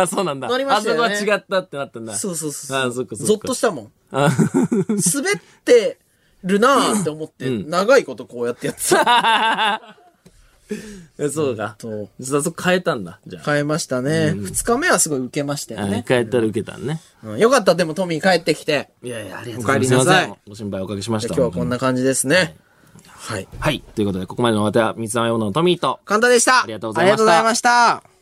そうなんだ。
なりましたよね
あそこは違ったってなったんだ。
そうそうそう。
あそっかそっか
ゾッとしたもん。
あ
滑ってるなーって思って、長いことこうやってやってた。
え そうか。
そう
じゃあそこ変えたんだ。じゃあ。
変えましたね。二、日目はすごい受けましたよ
あ
ね。
変えたら受けたんね。
うんよかった、でもトミー帰ってきて。
いやいや、あり
と
が
うございます
すませんご心配おかけしまし
じゃ
た。
あ今日はこんな感じですね。はい。
はい。ということで、ここまでのお相手は、三つ葉用のトミーと、
簡単でした。
ありがとうござ
あり
いました
がとうございました。